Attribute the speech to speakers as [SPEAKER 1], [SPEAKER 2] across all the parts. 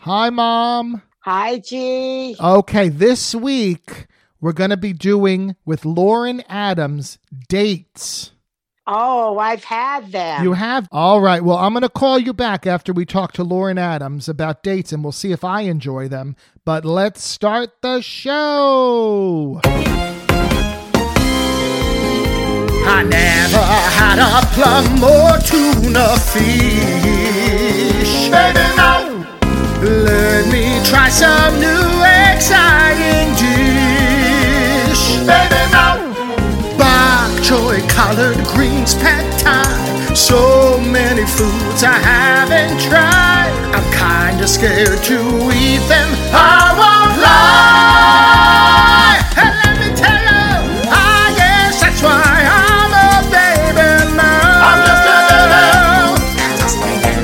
[SPEAKER 1] Hi, Mom.
[SPEAKER 2] Hi,
[SPEAKER 1] Oh.
[SPEAKER 2] G.
[SPEAKER 1] Okay, this week we're going to be doing with Lauren Adams dates.
[SPEAKER 2] Oh, I've had them.
[SPEAKER 1] You have? All right. Well, I'm going to call you back after we talk to Lauren Adams about dates and we'll see if I enjoy them. But let's start the show.
[SPEAKER 3] I never had a plum or tuna fish. Baby, no. Let me try some new exciting dish. Baby, no. Bok choy, collard greens, pad thai. So many foods I haven't tried. I'm kinda scared to eat them. I won't lie. And let me tell you, I guess that's why I'm a baby now. I'm just a baby.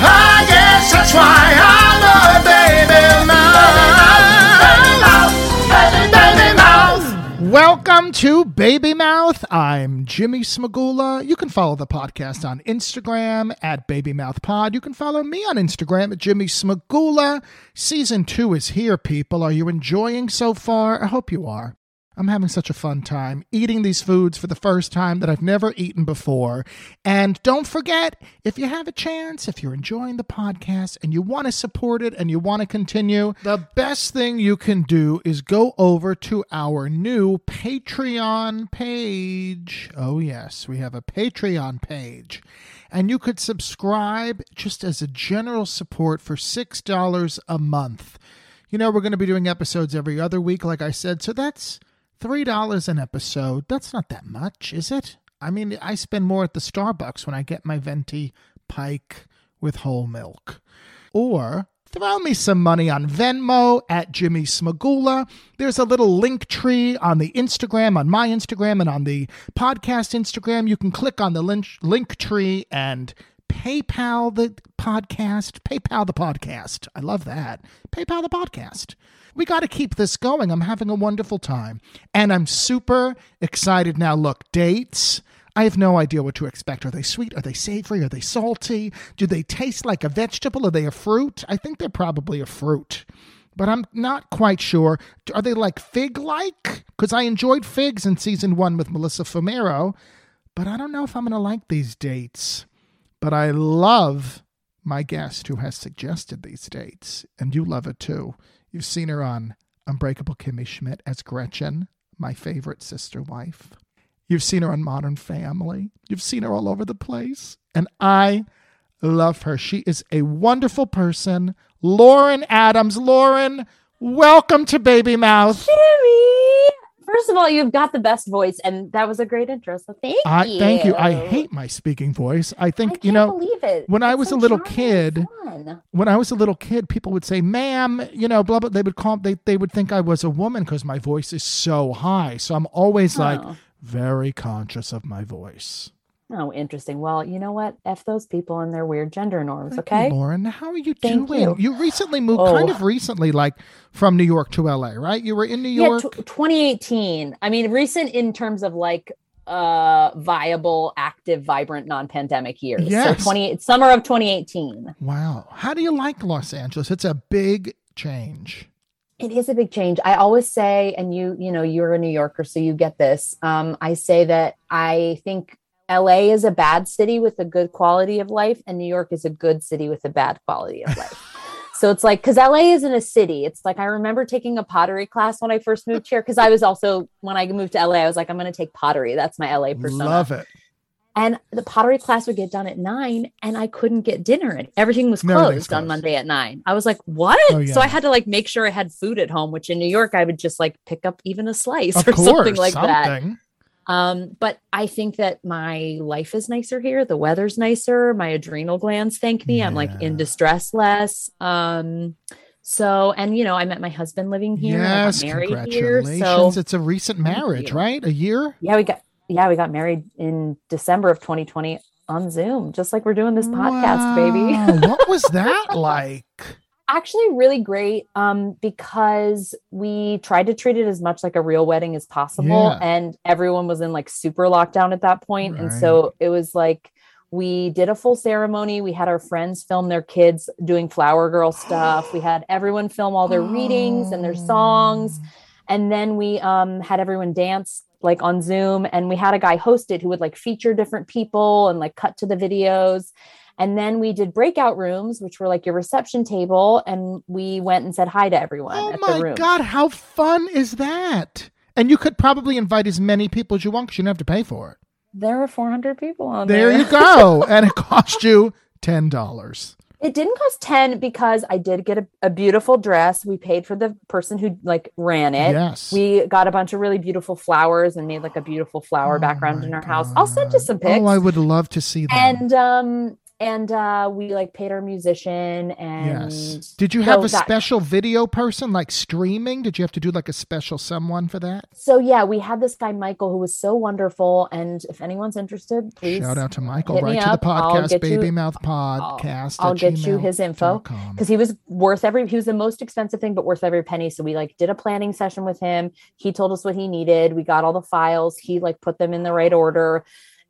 [SPEAKER 3] I guess Ah, that's why I'm a baby mouth. Baby mouth.
[SPEAKER 1] Welcome to Baby Mouth. I'm Jimmy Smagula. You can follow the podcast on Instagram at Baby Mouth Pod. You can follow me on Instagram at Jimmy Smagula. Season two is here, people. Are you enjoying so far? I hope you are. I'm having such a fun time eating these foods for the first time that I've never eaten before. And don't forget, if you have a chance, if you're enjoying the podcast and you want to support it and you want to continue, the best thing you can do is go over to our new Patreon page. Oh, yes, we have a Patreon page. And you could subscribe just as a general support for $6 a month. You know, we're going to be doing episodes every other week, like I said. So that's $3 an episode. That's not that much, is it? I mean, I spend more at the Starbucks when I get my venti pike with whole milk. Or throw me some money on Venmo at Jimmy Smagula. There's a little link tree on the Instagram, on my Instagram, and on the podcast Instagram. You can click on the link, link tree and PayPal the podcast. PayPal the podcast. I love that. PayPal the podcast. We got to keep this going. I'm having a wonderful time. And I'm super excited now. Look, dates. I have no idea what to expect. Are they sweet? Are they savory? Are they salty? Do they taste like a vegetable? Are they a fruit? I think they're probably a fruit, but I'm not quite sure. Are they like fig like? Because I enjoyed figs in season one with Melissa Fumero, but I don't know if I'm going to like these dates but I love my guest who has suggested these dates, and you love it too. You've seen her on Unbreakable Kimmy Schmidt as Gretchen, my favorite sister wife. You've seen her on Modern Family. You've seen her all over the place, and I love her. She is a wonderful person. Lauren Adams. Lauren, welcome to Baby Mouth.
[SPEAKER 4] Jimmy. First of all, you've got the best voice, and that was a great intro. So thank
[SPEAKER 1] I
[SPEAKER 4] you.
[SPEAKER 1] thank you. I hate my speaking voice. I
[SPEAKER 4] I
[SPEAKER 1] think
[SPEAKER 4] can't
[SPEAKER 1] you know.
[SPEAKER 4] believe it.
[SPEAKER 1] when I
[SPEAKER 4] It's
[SPEAKER 1] was
[SPEAKER 4] so
[SPEAKER 1] a little
[SPEAKER 4] charming and
[SPEAKER 1] kid-
[SPEAKER 4] fun.
[SPEAKER 1] when I was a little kid, people would say, "Ma'am," you know, blah blah. They would call they they would think I was a woman because my voice is so high. So I'm always like
[SPEAKER 4] Oh.
[SPEAKER 1] very conscious of my voice.
[SPEAKER 4] Oh, interesting. Well, you know what? F those people and their weird gender norms.
[SPEAKER 1] Thank you,
[SPEAKER 4] Okay.
[SPEAKER 1] Lauren, how are you
[SPEAKER 4] Thank
[SPEAKER 1] doing?
[SPEAKER 4] you.
[SPEAKER 1] recently moved,
[SPEAKER 4] Oh.
[SPEAKER 1] kind of recently, like from New York to L.A. Right? You were in New
[SPEAKER 4] Yeah,
[SPEAKER 1] York.
[SPEAKER 4] tw 2018. I mean, recent in terms of like uh viable, active, vibrant, non-pandemic years.
[SPEAKER 1] Yes.
[SPEAKER 4] So 20 summer of 2018.
[SPEAKER 1] wow. How do you like Los Angeles? It's a big change.
[SPEAKER 4] It is a big change. I always say, and you, you know, you're a New Yorker, so you get this. Um, I say that I think LA is a bad city with a good quality of life, and New York is a good city with a bad quality of life. so it's like, because LA isn't a city. It's like, I remember taking a pottery class when I first moved here, because I was also, when I moved to LA, I was like, I'm going to take pottery. That's my LA persona.
[SPEAKER 1] Love it.
[SPEAKER 4] And the pottery class would get done at nine, and I couldn't get dinner. And everything was
[SPEAKER 1] Everything's
[SPEAKER 4] closed,
[SPEAKER 1] closed.
[SPEAKER 4] on Monday at nine. I was like, "What?"
[SPEAKER 1] Oh, yeah.
[SPEAKER 4] So I had to like make sure I had food at home, which in New York I would just like pick up even a slice
[SPEAKER 1] Of
[SPEAKER 4] or
[SPEAKER 1] course,
[SPEAKER 4] something like that.
[SPEAKER 1] something.
[SPEAKER 4] Um, but I think that my life is nicer here. The weather's nicer. My adrenal glands thank me. I'm like in
[SPEAKER 1] Yeah.
[SPEAKER 4] distress less. Um, so and you know I met my husband living here. and I
[SPEAKER 1] Yes,
[SPEAKER 4] got married here.
[SPEAKER 1] congratulations!
[SPEAKER 4] So
[SPEAKER 1] it's a recent
[SPEAKER 4] Thank
[SPEAKER 1] marriage,
[SPEAKER 4] you.
[SPEAKER 1] right? A year.
[SPEAKER 4] yeah, we got yeah, we got married in December of 2020 on Zoom, just like we're doing this podcast, baby.
[SPEAKER 1] Wow, what was that like?
[SPEAKER 4] Actually really great um because we tried to treat it as much like a real wedding as possible
[SPEAKER 1] Yeah.
[SPEAKER 4] and everyone was in like super lockdown at that point and
[SPEAKER 1] Right.
[SPEAKER 4] so it was like We did a full ceremony. We had our friends film their kids doing flower girl stuff. We had everyone film all their readings and their
[SPEAKER 1] Oh.
[SPEAKER 4] songs. And then we um, had everyone dance like on Zoom. And we had a guy hosted who would like feature different people and like cut to the videos. And then we did breakout rooms, which were like your reception table. And we went and said hi to everyone
[SPEAKER 1] Oh
[SPEAKER 4] at
[SPEAKER 1] my
[SPEAKER 4] the room.
[SPEAKER 1] god, how fun is that? And you could probably invite as many people as you want because you don't have to pay for it.
[SPEAKER 4] There were 400 people on there.
[SPEAKER 1] There you go. and it cost you ten dollars.
[SPEAKER 4] It didn't cost 10 because I did get a, a beautiful dress. We paid for the person who like ran it.
[SPEAKER 1] Yes.
[SPEAKER 4] We got a bunch of really beautiful flowers and made like a beautiful flower
[SPEAKER 1] Oh
[SPEAKER 4] background
[SPEAKER 1] my
[SPEAKER 4] in our house. I'll send you
[SPEAKER 1] God.
[SPEAKER 4] some pics.
[SPEAKER 1] Oh, I would love to see that.
[SPEAKER 4] and um and uh we like paid our musician and
[SPEAKER 1] yes. Did you have
[SPEAKER 4] so
[SPEAKER 1] a
[SPEAKER 4] that-
[SPEAKER 1] special video person like streaming? Did you have to do like a special someone for that?
[SPEAKER 4] so yeah, we had this guy Michael who was so wonderful and if anyone's interested, please
[SPEAKER 1] Shout out to Michael,
[SPEAKER 4] hit
[SPEAKER 1] right
[SPEAKER 4] me
[SPEAKER 1] to
[SPEAKER 4] up.
[SPEAKER 1] the
[SPEAKER 4] I'll
[SPEAKER 1] podcast,
[SPEAKER 4] get you-
[SPEAKER 1] Baby Mouth Podcast.
[SPEAKER 4] I'll
[SPEAKER 1] at
[SPEAKER 4] get you his info.
[SPEAKER 1] gmail.com.
[SPEAKER 4] because he was worth every he was the most expensive thing but worth every penny so we like did a planning session with him he told us what he needed we got all the files he like put them in the right order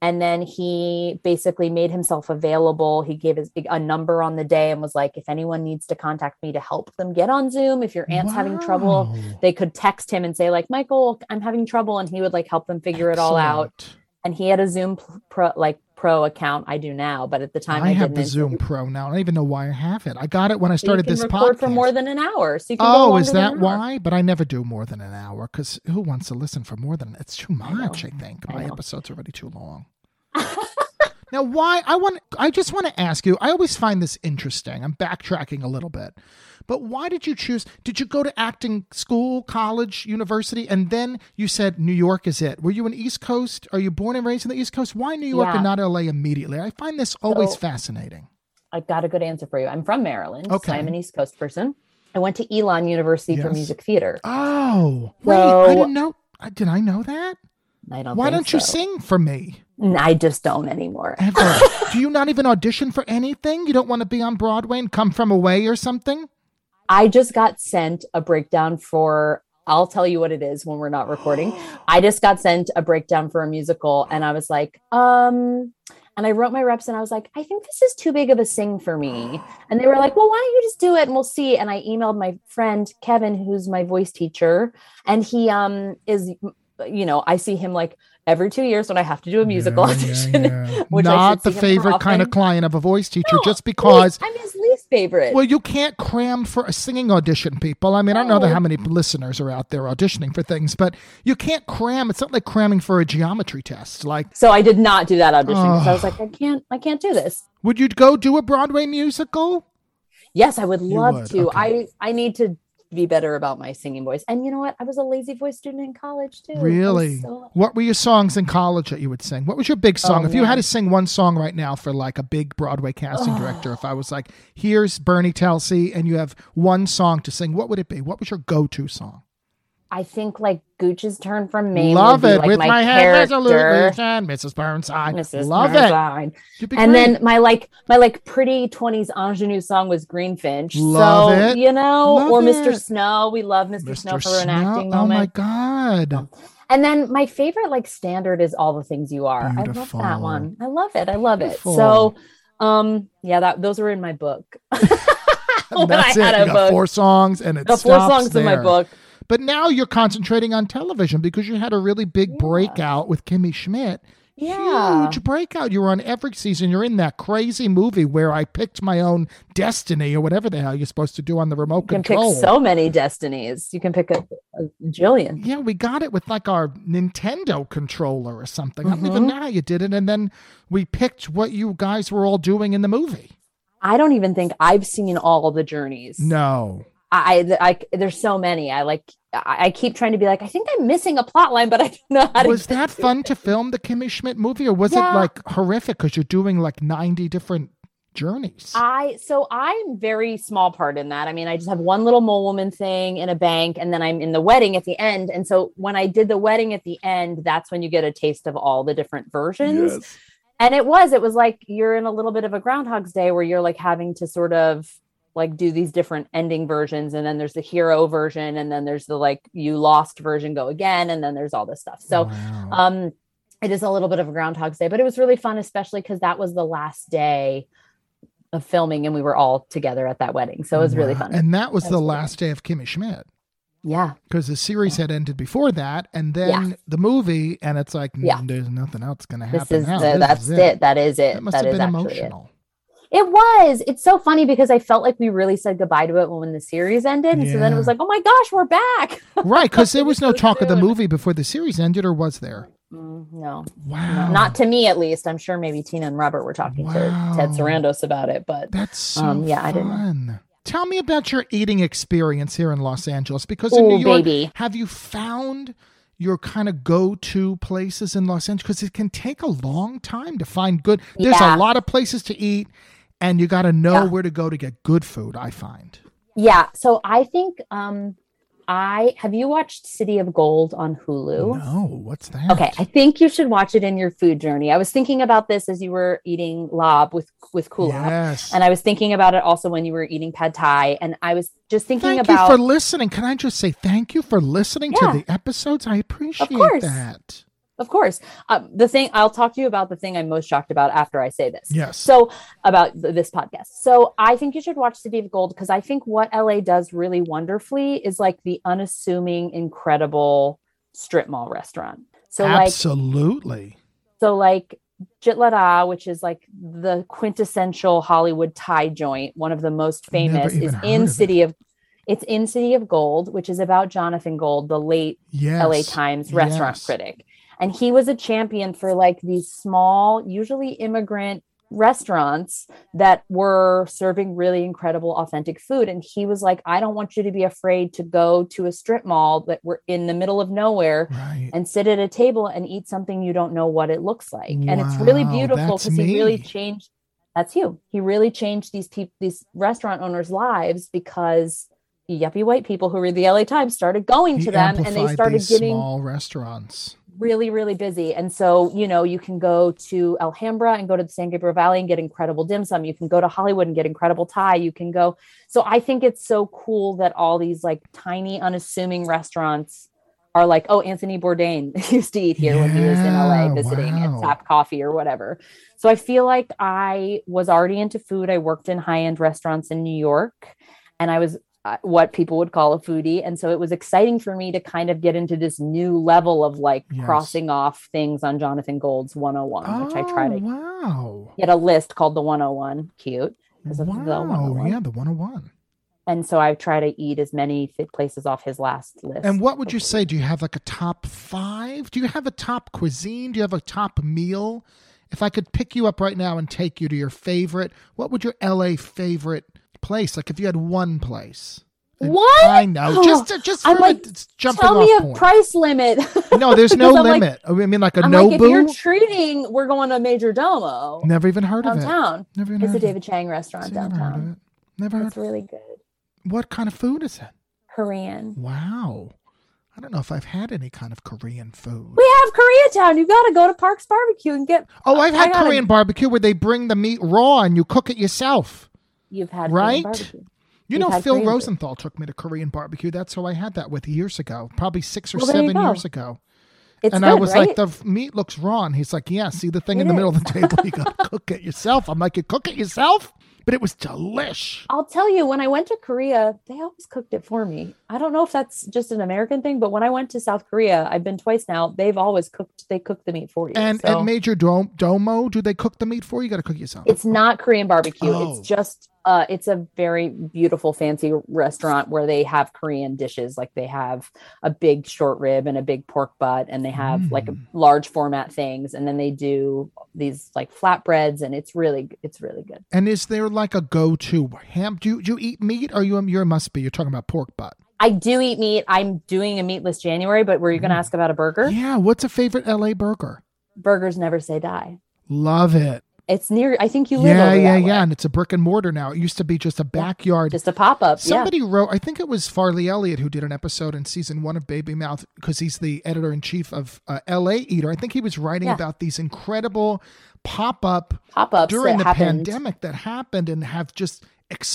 [SPEAKER 4] and then he basically made himself available he gave his a number on the day and was like if anyone needs to contact me to help them get on zoom if your aunt's having trouble
[SPEAKER 1] Wow.
[SPEAKER 4] they could text him and say like michael i'm having trouble and he would like help them figure it all out
[SPEAKER 1] Excellent.
[SPEAKER 4] and he had a zoom p- pro like pro account i do now but at the time i,
[SPEAKER 1] I have the
[SPEAKER 4] didn't
[SPEAKER 1] Zoom Pro now. I don't even know why I have it. I got it when I
[SPEAKER 4] so you
[SPEAKER 1] started
[SPEAKER 4] can
[SPEAKER 1] this
[SPEAKER 4] record
[SPEAKER 1] podcast.
[SPEAKER 4] for more than an hour. So you can go
[SPEAKER 1] oh,
[SPEAKER 4] longer
[SPEAKER 1] is
[SPEAKER 4] than
[SPEAKER 1] that
[SPEAKER 4] an hour.
[SPEAKER 1] why? But I never do more than an hour because who wants to listen for more than it's too
[SPEAKER 4] know.
[SPEAKER 1] much? I, think
[SPEAKER 4] I
[SPEAKER 1] my
[SPEAKER 4] know.
[SPEAKER 1] episode's already too long. now, why I want I just want to ask you. I always find this interesting. I'm backtracking a little bit, but why did you choose? Did you go to acting school, college, university, and then you said New York is it? Were you an East Coast? Are you born and raised in the East Coast? Why New York
[SPEAKER 4] Yeah.
[SPEAKER 1] and not L.A. immediately? I find this always
[SPEAKER 4] So-
[SPEAKER 1] fascinating.
[SPEAKER 4] I've got a good answer for you. I'm from Maryland.
[SPEAKER 1] Okay.
[SPEAKER 4] So I'm an East Coast person. I went to Elon University for
[SPEAKER 1] Yes.
[SPEAKER 4] music theater.
[SPEAKER 1] Oh, wait, I
[SPEAKER 4] So-
[SPEAKER 1] didn't know. I- Did I know that?
[SPEAKER 4] I don't
[SPEAKER 1] Why
[SPEAKER 4] think
[SPEAKER 1] don't you
[SPEAKER 4] so.
[SPEAKER 1] sing for me?
[SPEAKER 4] N- I just don't anymore.
[SPEAKER 1] ever. Do you not even audition for anything? You don't want to be on Broadway and come from away or something?
[SPEAKER 4] I just got sent a breakdown for I'll tell you what it is when we're not recording. I just got sent a breakdown for a musical and I was like, um and I wrote my reps and I was like, I think this is too big of a sing for me. And they were like, well, why don't you just do it and we'll see. And I emailed my friend Kevin, who's my voice teacher, and he um is you know, I see him like every two years when I have to do a musical audition. which I
[SPEAKER 1] Not the
[SPEAKER 4] should see him more
[SPEAKER 1] favorite kind of
[SPEAKER 4] often.
[SPEAKER 1] client of a voice teacher,
[SPEAKER 4] No,
[SPEAKER 1] just because.
[SPEAKER 4] I'm his least favorite.
[SPEAKER 1] Well, you can't cram for a singing audition, people. I mean, I don't know that
[SPEAKER 4] No.
[SPEAKER 1] how many listeners are out there auditioning for things, but you can't cram. It's not like cramming for a geometry test. Like,
[SPEAKER 4] so I did not do that audition because I was
[SPEAKER 1] Ugh.
[SPEAKER 4] like, I can't, I can't do this.
[SPEAKER 1] would you go do a Broadway musical?
[SPEAKER 4] Yes, I would love
[SPEAKER 1] would,
[SPEAKER 4] to.
[SPEAKER 1] okay.
[SPEAKER 4] I I need to be better about my singing voice. And you know what? I was a lazy voice student in college too. I was
[SPEAKER 1] Really?
[SPEAKER 4] so-
[SPEAKER 1] What were your songs in college that you would sing? What was your big song?
[SPEAKER 4] Oh,
[SPEAKER 1] if you had
[SPEAKER 4] man.
[SPEAKER 1] to sing one song right now for like a big Broadway casting
[SPEAKER 4] Ugh.
[SPEAKER 1] director, if I was like, here's Bernie Telsey and you have one song to sing, what would it be? What was your go to song?
[SPEAKER 4] I think like Gooch's turn from Maine. would
[SPEAKER 1] Love
[SPEAKER 4] be,
[SPEAKER 1] it
[SPEAKER 4] like,
[SPEAKER 1] with
[SPEAKER 4] my,
[SPEAKER 1] my head resolutely,
[SPEAKER 4] character,
[SPEAKER 1] and Mrs. Burnside.
[SPEAKER 4] Mrs.
[SPEAKER 1] Love it.
[SPEAKER 4] Burnside.
[SPEAKER 1] You'd be
[SPEAKER 4] And
[SPEAKER 1] great.
[SPEAKER 4] then my like my like pretty twenties ingenue song was Greenfinch.
[SPEAKER 1] Love
[SPEAKER 4] so
[SPEAKER 1] it.
[SPEAKER 4] you know,
[SPEAKER 1] Love
[SPEAKER 4] or
[SPEAKER 1] it.
[SPEAKER 4] Mr. Snow. We love Mr. Snow
[SPEAKER 1] Mr.
[SPEAKER 4] for an acting
[SPEAKER 1] Snow- Oh my
[SPEAKER 4] moment.
[SPEAKER 1] God.
[SPEAKER 4] And then my favorite like standard is all the things you are.
[SPEAKER 1] Beautiful.
[SPEAKER 4] I love that one. I love it. I love
[SPEAKER 1] Beautiful.
[SPEAKER 4] it. So um yeah, that those were in my book. When I
[SPEAKER 1] That's
[SPEAKER 4] had
[SPEAKER 1] it.
[SPEAKER 4] a
[SPEAKER 1] You got
[SPEAKER 4] book.
[SPEAKER 1] four songs and it
[SPEAKER 4] the four
[SPEAKER 1] stops
[SPEAKER 4] songs in my
[SPEAKER 1] there.
[SPEAKER 4] book.
[SPEAKER 1] But now you're concentrating on television because you had a really big
[SPEAKER 4] Yeah.
[SPEAKER 1] breakout with Kimmy Schmidt.
[SPEAKER 4] Yeah.
[SPEAKER 1] Huge breakout. You were on every season. You're in that crazy movie where I picked my own destiny or whatever the hell you're supposed to do on the remote
[SPEAKER 4] You can pick
[SPEAKER 1] control.
[SPEAKER 4] so many destinies. You can pick a, a jillion.
[SPEAKER 1] yeah, we got it with like our Nintendo controller or something. I don't even
[SPEAKER 4] Mhm.
[SPEAKER 1] know how you did it. And then we picked what you guys were all doing in the movie.
[SPEAKER 4] I don't even think I've seen all the journeys.
[SPEAKER 1] No.
[SPEAKER 4] I, I, I there's so many. I like I, I keep trying to be like, I think I'm missing a plot line, but I don't know how to
[SPEAKER 1] Was that fun to film the Kimmy Schmidt movie or was it
[SPEAKER 4] Yeah.
[SPEAKER 1] like horrific because you're doing like 90 different journeys?
[SPEAKER 4] I so I'm very small part in that. I mean, I just have one little mole woman thing in a bank, and then I'm in the wedding at the end. And so when I did the wedding at the end, that's when you get a taste of all the different versions. And it was, it was like you're in a little bit of a groundhog's day where you're like having to sort of like do these different ending versions, and then there's the hero version, and then there's the like you lost version, go again, and then there's all this stuff. So
[SPEAKER 1] Wow.
[SPEAKER 4] um it is a little bit of a groundhog's day but it was really fun especially because that was the last day of filming and we were all together at that wedding so it was really
[SPEAKER 1] Wow.
[SPEAKER 4] fun
[SPEAKER 1] And that was
[SPEAKER 4] That
[SPEAKER 1] the
[SPEAKER 4] was really
[SPEAKER 1] last day of Kimmy Schmidt
[SPEAKER 4] yeah
[SPEAKER 1] because the series had ended before that, and then
[SPEAKER 4] Yeah.
[SPEAKER 1] the movie, and it's like mm,
[SPEAKER 4] Yeah.
[SPEAKER 1] there's nothing else going to happen.
[SPEAKER 4] this is
[SPEAKER 1] now.
[SPEAKER 4] the,
[SPEAKER 1] This
[SPEAKER 4] that's
[SPEAKER 1] is
[SPEAKER 4] it. that is it
[SPEAKER 1] That must
[SPEAKER 4] That
[SPEAKER 1] have
[SPEAKER 4] is
[SPEAKER 1] been
[SPEAKER 4] actually it.
[SPEAKER 1] emotional.
[SPEAKER 4] It was. It's so funny because I felt like we really said goodbye to it when the series ended. And so then it was
[SPEAKER 1] Yeah.
[SPEAKER 4] like, oh my gosh, we're back.
[SPEAKER 1] right, because there was no
[SPEAKER 4] So
[SPEAKER 1] talk of the
[SPEAKER 4] soon.
[SPEAKER 1] movie before the series ended, or was there?
[SPEAKER 4] Mm, no,
[SPEAKER 1] Wow,
[SPEAKER 4] not to me at least. I'm sure maybe Tina and Robert were talking
[SPEAKER 1] Wow.
[SPEAKER 4] to Ted Sarandos about it, but
[SPEAKER 1] that's so
[SPEAKER 4] Um, yeah,
[SPEAKER 1] fun.
[SPEAKER 4] I didn't know.
[SPEAKER 1] Tell me about your eating experience here in Los Angeles, because in
[SPEAKER 4] oh,
[SPEAKER 1] New York,
[SPEAKER 4] baby.
[SPEAKER 1] have you found your kind of go-to places in Los Angeles? Because it can take a long time to find good. There's a
[SPEAKER 4] Yeah.
[SPEAKER 1] lot of places to eat, and you got to know
[SPEAKER 4] Yeah.
[SPEAKER 1] where to go to get good food. I find.
[SPEAKER 4] Yeah. So I think um I have you watched City of Gold on Hulu?
[SPEAKER 1] No, what's that?
[SPEAKER 4] Okay, I think you should watch it in your food journey. I was thinking about this as you were eating lob with with kulap.
[SPEAKER 1] Yes.
[SPEAKER 4] And I was thinking about it also when you were eating pad thai. And I was just thinking
[SPEAKER 1] thank
[SPEAKER 4] about
[SPEAKER 1] you for listening. Can I just say thank you for listening
[SPEAKER 4] Yeah.
[SPEAKER 1] to the episodes? I appreciate
[SPEAKER 4] course.
[SPEAKER 1] that.
[SPEAKER 4] Of course. Um, the thing I'll talk to you about the thing I'm most shocked about after I say this.
[SPEAKER 1] Yes.
[SPEAKER 4] So about th- this podcast. So I think you should watch City of Gold because I think what LA does really wonderfully is like the unassuming, incredible strip mall restaurant. So like
[SPEAKER 1] Absolutely.
[SPEAKER 4] so like Jitlada, which is like the quintessential Hollywood Thai joint, one of the most
[SPEAKER 1] Never
[SPEAKER 4] famous, is
[SPEAKER 1] even heard
[SPEAKER 4] in
[SPEAKER 1] of it.
[SPEAKER 4] City of it's in City of Gold, which is about Jonathan Gold, the late
[SPEAKER 1] yes.
[SPEAKER 4] LA Times restaurant
[SPEAKER 1] Yes.
[SPEAKER 4] critic. And he was a champion for like these small, usually immigrant restaurants that were serving really incredible, authentic food. And he was like, I don't want you to be afraid to go to a strip mall that we're in the middle of nowhere
[SPEAKER 1] Right.
[SPEAKER 4] and sit at a table and eat something you don't know what it looks like. And it's really
[SPEAKER 1] Wow,
[SPEAKER 4] beautiful
[SPEAKER 1] that's
[SPEAKER 4] because he really
[SPEAKER 1] me.
[SPEAKER 4] changed. That's you. He really changed these people, these restaurant owners' lives because yuppie white people who read the LA Times started going
[SPEAKER 1] He
[SPEAKER 4] to them and they
[SPEAKER 1] amplified
[SPEAKER 4] started
[SPEAKER 1] these
[SPEAKER 4] getting
[SPEAKER 1] small restaurants.
[SPEAKER 4] really, really busy. And so, you know, you can go to Alhambra and go to the San Gabriel Valley and get incredible dim sum. You can go to Hollywood and get incredible Thai. You can go. So I think it's so cool that all these like tiny, unassuming restaurants are like, oh, Anthony Bourdain used to eat here when he was in
[SPEAKER 1] Yeah,
[SPEAKER 4] LA visiting
[SPEAKER 1] wow.
[SPEAKER 4] at Tap Coffee or whatever. So I feel like I was already into food. I worked in high end restaurants in New York and I was uh, what people would call a foodie. And so it was exciting for me to kind of get into this new level of like
[SPEAKER 1] Yes.
[SPEAKER 4] crossing off things on Jonathan Gold's 101, which I try
[SPEAKER 1] Oh,
[SPEAKER 4] to
[SPEAKER 1] wow.
[SPEAKER 4] get a list called the 101. Cute. 'cause of the
[SPEAKER 1] Wow.
[SPEAKER 4] 101.
[SPEAKER 1] yeah, oh the 101.
[SPEAKER 4] And so I try to eat as many fi- places off his last list.
[SPEAKER 1] And what would you say? Do you have like a top five? Do you have a top cuisine? Do you have a top meal? If I could pick you up right now and take you to your favorite, what would your LA favorite place? Like if you had one place. And
[SPEAKER 4] What?
[SPEAKER 1] I know. Just to, just for
[SPEAKER 4] Oh, I'm like,
[SPEAKER 1] a it's jumping
[SPEAKER 4] Tell
[SPEAKER 1] off
[SPEAKER 4] me a
[SPEAKER 1] point.
[SPEAKER 4] price limit.
[SPEAKER 1] no, there's no
[SPEAKER 4] Because I'm like-
[SPEAKER 1] limit. I mean, like a
[SPEAKER 4] I'm like, if
[SPEAKER 1] Nobu.
[SPEAKER 4] you're treating, we're going to Major Domo
[SPEAKER 1] Never even heard of it.
[SPEAKER 4] downtown.
[SPEAKER 1] Never even heard
[SPEAKER 4] It's a
[SPEAKER 1] of it.
[SPEAKER 4] David Chang restaurant
[SPEAKER 1] See, Never heard of
[SPEAKER 4] downtown.
[SPEAKER 1] it. Never heard.
[SPEAKER 4] It's really good.
[SPEAKER 1] What kind of food is it?
[SPEAKER 4] Korean.
[SPEAKER 1] Wow. I don't know if I've had any kind of Korean food.
[SPEAKER 4] We have Koreatown. You got to go to Parks Barbecue and get.
[SPEAKER 1] Oh, I've had
[SPEAKER 4] I gotta-
[SPEAKER 1] Korean barbecue where they bring the meat raw and you cook it yourself.
[SPEAKER 4] You've had Korean
[SPEAKER 1] Right?
[SPEAKER 4] barbecue.
[SPEAKER 1] You
[SPEAKER 4] We've
[SPEAKER 1] know,
[SPEAKER 4] had
[SPEAKER 1] Phil
[SPEAKER 4] Korean food.
[SPEAKER 1] Rosenthal took me to Korean barbecue. That's who I had that with years ago, probably six or
[SPEAKER 4] Well, there you
[SPEAKER 1] seven
[SPEAKER 4] go.
[SPEAKER 1] years ago.
[SPEAKER 4] It's
[SPEAKER 1] and
[SPEAKER 4] good,
[SPEAKER 1] I was
[SPEAKER 4] right?
[SPEAKER 1] like, the f- meat looks raw. And he's like, yeah, see the thing
[SPEAKER 4] It
[SPEAKER 1] in the middle of the table? You got to cook it yourself. I'm like, you cook it yourself? But it was delish.
[SPEAKER 4] I'll tell you, when I went to Korea, they always cooked it for me. I don't know if that's just an American thing, but when I went to South Korea, I've been twice now. They've always cooked. They cook the meat for you.
[SPEAKER 1] And
[SPEAKER 4] so.
[SPEAKER 1] at Major Dom- Domo, do they cook the meat for you? You got to cook it yourself.
[SPEAKER 4] it's not Korean barbecue.
[SPEAKER 1] Oh.
[SPEAKER 4] It's just. Uh, it's a very beautiful, fancy restaurant where they have Korean dishes. Like they have a big short rib and a big pork butt, and they have like
[SPEAKER 1] Mm.
[SPEAKER 4] large format things, and then they do these like flatbreads, and it's really, it's really good.
[SPEAKER 1] And is there like a go-to ham? Do you, do you eat meat? Or you you must be. You're talking about pork butt.
[SPEAKER 4] I do eat meat. I'm doing a meatless January, but were you going to
[SPEAKER 1] Mm.
[SPEAKER 4] ask about a burger?
[SPEAKER 1] Yeah. What's a favorite LA burger?
[SPEAKER 4] Burgers never say die.
[SPEAKER 1] Love it.
[SPEAKER 4] It's near. I think you live.
[SPEAKER 1] yeah,
[SPEAKER 4] over
[SPEAKER 1] yeah,
[SPEAKER 4] that way.
[SPEAKER 1] yeah. And it's a brick and mortar now. It used to be just a backyard.
[SPEAKER 4] Just a pop up. Yeah.
[SPEAKER 1] Somebody wrote. I think it was Farley Elliott who did an episode in season one of Baby Mouth because he's the editor in chief of uh, LA Eater. I think he was writing
[SPEAKER 4] Yeah.
[SPEAKER 1] about these incredible pop up
[SPEAKER 4] Pop ups
[SPEAKER 1] during the
[SPEAKER 4] that happened.
[SPEAKER 1] pandemic that happened and have just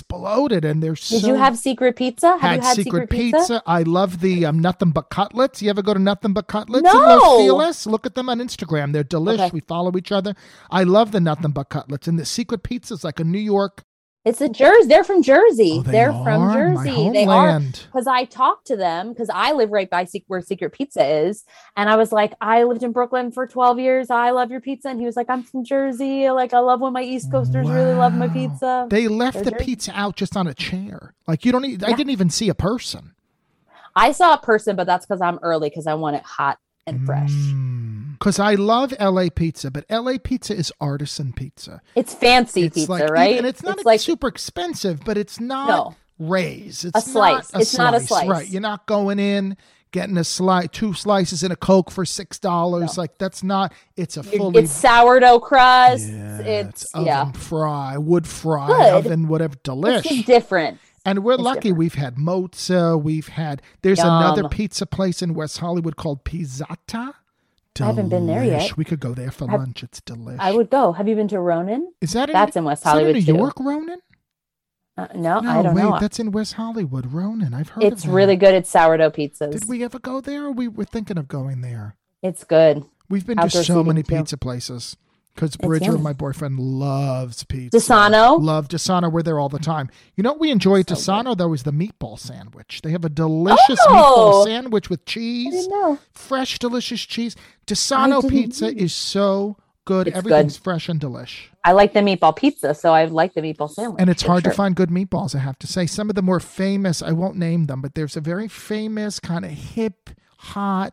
[SPEAKER 1] exploded, and there's
[SPEAKER 4] Did
[SPEAKER 1] so
[SPEAKER 4] you have secret pizza? Have
[SPEAKER 1] had
[SPEAKER 4] you had
[SPEAKER 1] secret, pizza? I love the um, nothing but cutlets. You ever go to nothing but cutlets in
[SPEAKER 4] No.
[SPEAKER 1] Los Feliz? Look at them on Instagram. They're delish.
[SPEAKER 4] Okay.
[SPEAKER 1] We follow each other. I love the nothing but cutlets, and the secret pizza is like a New York.
[SPEAKER 4] It's a Jersey. They're from Jersey.
[SPEAKER 1] Oh, they
[SPEAKER 4] are from
[SPEAKER 1] are? My
[SPEAKER 4] Jersey. They are
[SPEAKER 1] homeland.
[SPEAKER 4] because I talked to them because I live right by Sec- where Secret Pizza is, and I was like, I lived in Brooklyn for twelve years. I love your pizza, and he was like, I'm from Jersey. Like I love when my East Coasters really love my
[SPEAKER 1] Wow.
[SPEAKER 4] pizza.
[SPEAKER 1] They left
[SPEAKER 4] They're
[SPEAKER 1] the
[SPEAKER 4] Jersey.
[SPEAKER 1] pizza out just on a chair. Like you don't. Need, I
[SPEAKER 4] Yeah.
[SPEAKER 1] didn't even see a person.
[SPEAKER 4] I saw a person, but that's because I'm early because I want it hot and
[SPEAKER 1] Mm.
[SPEAKER 4] fresh.
[SPEAKER 1] Because Mm. I love LA pizza, but LA pizza is artisan pizza.
[SPEAKER 4] It's fancy pizza,
[SPEAKER 1] like,
[SPEAKER 4] right?
[SPEAKER 1] And it's not
[SPEAKER 4] like
[SPEAKER 1] super expensive, but it's not
[SPEAKER 4] no.
[SPEAKER 1] raise. It's
[SPEAKER 4] slice.
[SPEAKER 1] Not a
[SPEAKER 4] It's
[SPEAKER 1] slice.
[SPEAKER 4] not a slice.
[SPEAKER 1] Right. You're not going in getting a slice, two slices and a Coke for six dollars. Like that's not. It's a
[SPEAKER 4] You're-
[SPEAKER 1] fully.
[SPEAKER 4] It's sourdough crust.
[SPEAKER 1] Yeah,
[SPEAKER 4] it's
[SPEAKER 1] oven
[SPEAKER 4] yeah.
[SPEAKER 1] fry, wood fry,
[SPEAKER 4] Good.
[SPEAKER 1] oven, whatever. Delish.
[SPEAKER 4] It's just different.
[SPEAKER 1] And we're
[SPEAKER 4] It's
[SPEAKER 1] lucky
[SPEAKER 4] different.
[SPEAKER 1] we've had mozza. We've had there's another
[SPEAKER 4] Yum.
[SPEAKER 1] pizza place in West Hollywood called Pizzata.
[SPEAKER 4] I haven't been there yet.
[SPEAKER 1] Delish. We could go there for
[SPEAKER 4] I've-
[SPEAKER 1] lunch. It's delicious.
[SPEAKER 4] I would go. Have you been to Ronin?
[SPEAKER 1] Is that in,
[SPEAKER 4] That's in West
[SPEAKER 1] is that in
[SPEAKER 4] Hollywood
[SPEAKER 1] New
[SPEAKER 4] too.
[SPEAKER 1] York, Ronan?
[SPEAKER 4] Uh, no,
[SPEAKER 1] no,
[SPEAKER 4] I don't
[SPEAKER 1] wait,
[SPEAKER 4] know.
[SPEAKER 1] that's in West Hollywood, Ronan. I've heard. of
[SPEAKER 4] It's
[SPEAKER 1] that.
[SPEAKER 4] really good at sourdough pizzas.
[SPEAKER 1] Did we ever go there? Or we were thinking of going there.
[SPEAKER 4] It's good.
[SPEAKER 1] We've been to
[SPEAKER 4] Outdoor
[SPEAKER 1] so many
[SPEAKER 4] seating, too.
[SPEAKER 1] pizza places because Bridger,
[SPEAKER 4] yummy.
[SPEAKER 1] my boyfriend, loves pizza.
[SPEAKER 4] Desano?
[SPEAKER 1] love Desano. We're there all the time. You know what we enjoy at
[SPEAKER 4] So
[SPEAKER 1] Desano
[SPEAKER 4] good.
[SPEAKER 1] though is the meatball sandwich. They have a delicious meatball
[SPEAKER 4] Oh!
[SPEAKER 1] sandwich with
[SPEAKER 4] I
[SPEAKER 1] cheese,
[SPEAKER 4] didn't know.
[SPEAKER 1] fresh, delicious cheese. Desano
[SPEAKER 4] didn't
[SPEAKER 1] pizza
[SPEAKER 4] know.
[SPEAKER 1] is so good.
[SPEAKER 4] It's good.
[SPEAKER 1] Everything's fresh and delish,
[SPEAKER 4] I like the meatball pizza, so I like the meatball sandwich.
[SPEAKER 1] and it's
[SPEAKER 4] for
[SPEAKER 1] hard
[SPEAKER 4] sure.
[SPEAKER 1] to find good meatballs. I have to say, some of the more famous, I won't name them, but there's a very famous kind of hip, hot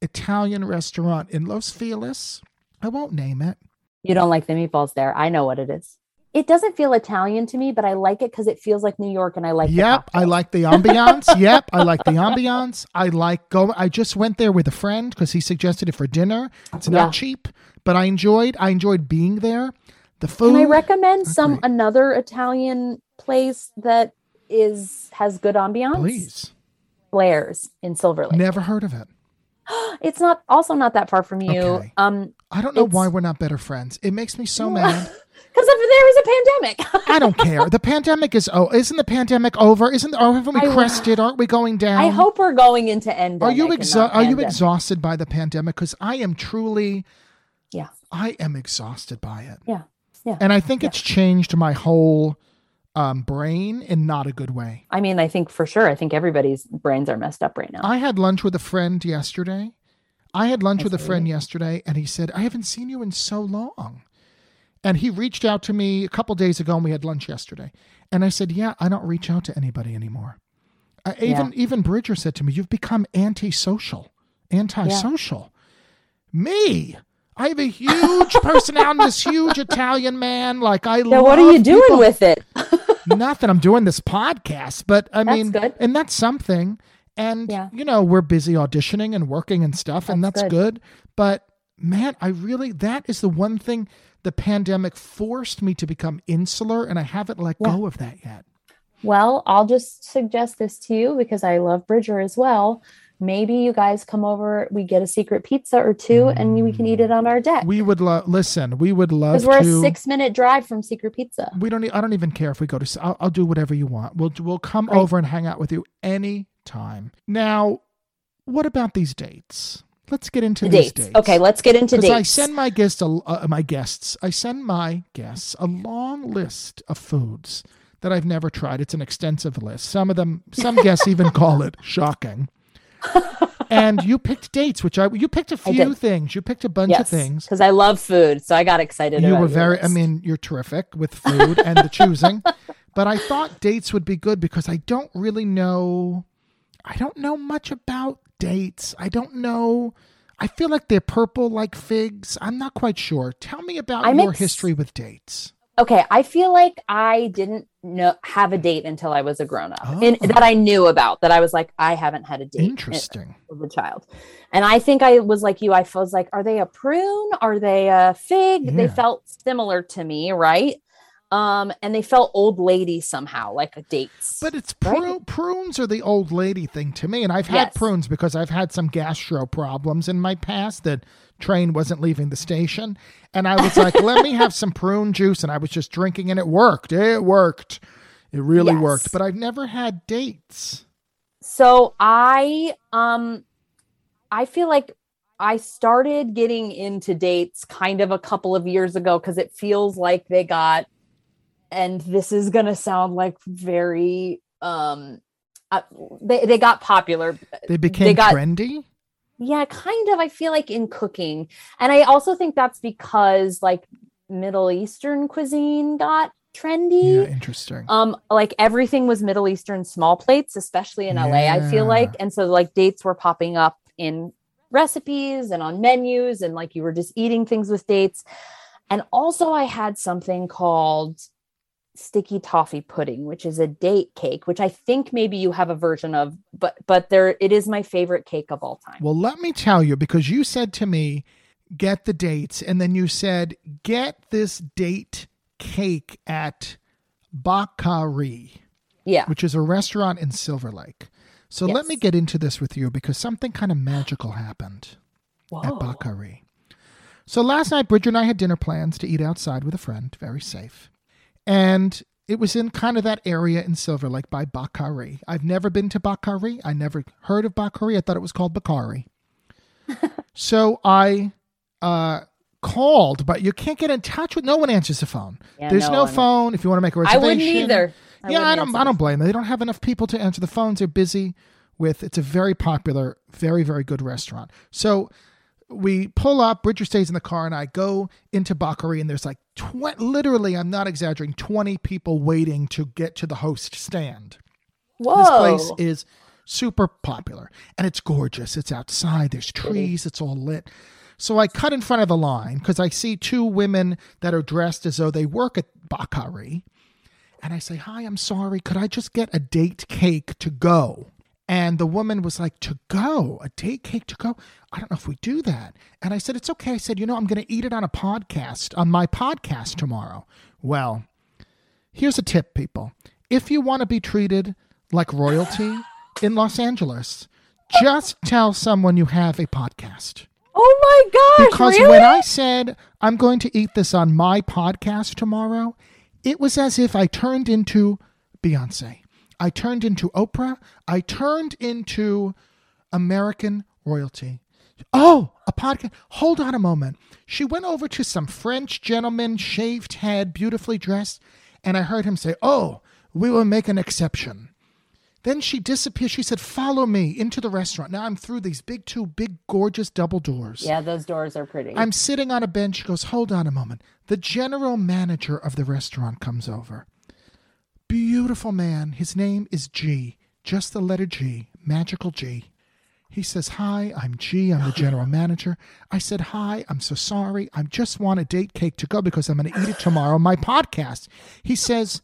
[SPEAKER 1] Italian restaurant in Los Feliz. I won't name it.
[SPEAKER 4] You don't like the meatballs there. I know what it is. It doesn't feel Italian to me, but I like it because it feels like New York, and I like. the
[SPEAKER 1] yep i
[SPEAKER 4] cocktail.
[SPEAKER 1] like the ambiance yep i like the ambiance i like go i just went there with a friend because he suggested it for dinner it's not
[SPEAKER 4] Yeah.
[SPEAKER 1] cheap but i enjoyed i enjoyed being there the food
[SPEAKER 4] Can I recommend some
[SPEAKER 1] Okay.
[SPEAKER 4] another Italian place that is has good ambiance?
[SPEAKER 1] please
[SPEAKER 4] Blair's in Silver Lake.
[SPEAKER 1] never heard of it
[SPEAKER 4] It's not also not that far from you.
[SPEAKER 1] Okay.
[SPEAKER 4] Um,
[SPEAKER 1] i don't know
[SPEAKER 4] It's-
[SPEAKER 1] why we're not better friends it makes me so mad
[SPEAKER 4] because there was a pandemic.
[SPEAKER 1] i don't care the pandemic is oh isn't the pandemic over isn't oh haven't we
[SPEAKER 4] I-
[SPEAKER 1] crested aren't we going down
[SPEAKER 4] I hope we're going into end.
[SPEAKER 1] are you exa- are you exhausted by the pandemic because i am truly
[SPEAKER 4] Yeah.
[SPEAKER 1] i am exhausted by it
[SPEAKER 4] Yeah. Yeah.
[SPEAKER 1] and i think it's changed my whole um, brain in not a good way
[SPEAKER 4] I mean, I think for sure. I think everybody's brains are messed up right now.
[SPEAKER 1] i had lunch with a friend yesterday i had lunch with a
[SPEAKER 4] That's
[SPEAKER 1] friend yesterday and he said i haven't seen you in so long and he reached out to me a couple days ago and we had lunch yesterday and i said yeah i don't reach out to anybody anymore I, even even bridger said to me you've become antisocial antisocial me i have a huge personality this huge italian man like i
[SPEAKER 4] now, what are you
[SPEAKER 1] love
[SPEAKER 4] doing
[SPEAKER 1] people.
[SPEAKER 4] with it?
[SPEAKER 1] not that i'm doing this podcast but i
[SPEAKER 4] That's
[SPEAKER 1] mean
[SPEAKER 4] good.
[SPEAKER 1] and that's something and
[SPEAKER 4] Yeah.
[SPEAKER 1] you know we're busy auditioning and working and stuff and
[SPEAKER 4] That's
[SPEAKER 1] that's good.
[SPEAKER 4] good.
[SPEAKER 1] but man i really that is the one thing the pandemic forced me to become insular and i haven't let
[SPEAKER 4] Yeah.
[SPEAKER 1] go of that yet
[SPEAKER 4] Well, I'll just suggest this to you because I love Bridger as well. Maybe you guys come over, we get a secret pizza or two, and we can eat it on our deck.
[SPEAKER 1] Mm, we would love listen we would love
[SPEAKER 4] Because Uh, we're
[SPEAKER 1] to
[SPEAKER 4] a six minute drive from Secret Pizza.
[SPEAKER 1] we don't e- i don't even care if we go to s- i'll, I'll do whatever you want we'll we'll come
[SPEAKER 4] Right.
[SPEAKER 1] over and hang out with you any time now what about these dates let's get into
[SPEAKER 4] The
[SPEAKER 1] these
[SPEAKER 4] dates. Okay, let's get into
[SPEAKER 1] Because I
[SPEAKER 4] dates.
[SPEAKER 1] send my guests, a, uh, my guests, I send my guests a long list of foods that I've never tried. It's an extensive list. Some of them, some guests even call it shocking. and you picked dates, which I you picked a
[SPEAKER 4] I
[SPEAKER 1] few
[SPEAKER 4] did.
[SPEAKER 1] things. You picked a bunch of
[SPEAKER 4] yes,
[SPEAKER 1] things.
[SPEAKER 4] because I love food, so I got excited.
[SPEAKER 1] You
[SPEAKER 4] about
[SPEAKER 1] were
[SPEAKER 4] your
[SPEAKER 1] very, I
[SPEAKER 4] list.
[SPEAKER 1] mean, you're terrific with food and the choosing. But I thought dates would be good because I don't really know. I don't know much about dates. I don't know. I feel like they're purple like figs. I'm not quite sure. Tell me about
[SPEAKER 4] I'm
[SPEAKER 1] your
[SPEAKER 4] ex-
[SPEAKER 1] history with dates.
[SPEAKER 4] okay i feel like i didn't know have a date until i was a grown-up
[SPEAKER 1] Oh.
[SPEAKER 4] and that i knew about that i was like i haven't had a date eh,
[SPEAKER 1] Interesting.
[SPEAKER 4] with a child and i think i was like you i was like are they a prune are they a fig they
[SPEAKER 1] Yeah.
[SPEAKER 4] felt similar to me right um and they felt old lady somehow like a dates
[SPEAKER 1] But it's
[SPEAKER 4] Right?
[SPEAKER 1] pru- prunes are the old lady thing to me. And I've had
[SPEAKER 4] Yes.
[SPEAKER 1] prunes because I've had some gastro problems in my past that train wasn't leaving the station. And I was like, let me have some prune juice. And I was just drinking and it worked. It worked. It really
[SPEAKER 4] Yes.
[SPEAKER 1] worked, but I've never had dates.
[SPEAKER 4] So I um I feel like I started getting into dates kind of a couple of years ago cuz it feels like they got and this is going to sound like very um uh, they they got popular.
[SPEAKER 1] They became
[SPEAKER 4] Uh, got-
[SPEAKER 1] trendy.
[SPEAKER 4] Yeah, kind of I feel like in cooking. And I also think that's because like Middle Eastern cuisine got trendy.
[SPEAKER 1] Yeah, interesting.
[SPEAKER 4] Um, like everything was Middle Eastern small plates, especially in LA, I
[SPEAKER 1] Yeah.
[SPEAKER 4] feel like. And so like dates were popping up in recipes and on menus, and like you were just eating things with dates. And also I had something called sticky toffee pudding, which is a date cake, which I think maybe you have a version of, but but there it is my favorite cake of all time.
[SPEAKER 1] Well, let me tell you because you said to me, get the dates. And then you said, get this date cake at Bakari,
[SPEAKER 4] yeah.
[SPEAKER 1] which is a restaurant in Silver Lake. So let
[SPEAKER 4] Yes.
[SPEAKER 1] me get into this with you because something kind of magical happened at
[SPEAKER 4] Whoa.
[SPEAKER 1] Bakari. So last night, Bridger and I had dinner plans to eat outside with a friend, very safe. And it was in kind of that area in Silver Lake by Bakari. I've never been to Bakari. I never heard of Bakari. I thought it was called Bakari. so I uh, called, but you can't get in touch with. No one answers the phone.
[SPEAKER 4] Yeah,
[SPEAKER 1] There's
[SPEAKER 4] no
[SPEAKER 1] no
[SPEAKER 4] one-
[SPEAKER 1] phone. If you want to make a
[SPEAKER 4] I
[SPEAKER 1] reservation,
[SPEAKER 4] wouldn't either.
[SPEAKER 1] yeah, I
[SPEAKER 4] wouldn't
[SPEAKER 1] don't.
[SPEAKER 4] answer
[SPEAKER 1] I don't
[SPEAKER 4] that.
[SPEAKER 1] blame them. They don't have enough people to answer the phones. They're busy with. It's a very popular, very very good restaurant. So we pull up. Bridger stays in the car, and I go into Bakari, and there's like tw- literally, I'm not exaggerating, twenty people waiting to get to the host stand.
[SPEAKER 4] Whoa.
[SPEAKER 1] This place is super popular, and it's gorgeous. It's outside. There's trees. It's all lit. So I cut in front of the line because I see two women that are dressed as though they work at Bakari and I say, Hi, I'm sorry. Could I just get a date cake to go? And the woman was like, To go? A date cake to go? I don't know if we do that. And I said, It's okay. I said, You know, I'm going to eat it on a podcast, on my podcast tomorrow. Well, here's a tip, people. If you want to be treated like royalty in Los Angeles, just tell someone you have a podcast.
[SPEAKER 4] oh my gosh.
[SPEAKER 1] Because
[SPEAKER 4] really?
[SPEAKER 1] when I said I'm going to eat this on my podcast tomorrow, it was as if I turned into Beyonce. I turned into Oprah. I turned into American royalty. Oh, a podcast. Hold on a moment. She went over to some French gentleman, shaved head, beautifully dressed, and I heard him say, Oh, we will make an exception. Then she disappeared. She said, Follow me into the restaurant. Now I'm through these big, two big, gorgeous double doors.
[SPEAKER 4] yeah, those doors are pretty.
[SPEAKER 1] I'm sitting on a bench. She goes, Hold on a moment. The general manager of the restaurant comes over. Beautiful man. His name is G, just the letter G, magical G. He says, Hi, I'm G. I'm the general manager. I said, Hi, I'm so sorry. I just want a date cake to go because I'm going to eat it tomorrow on my podcast. He says,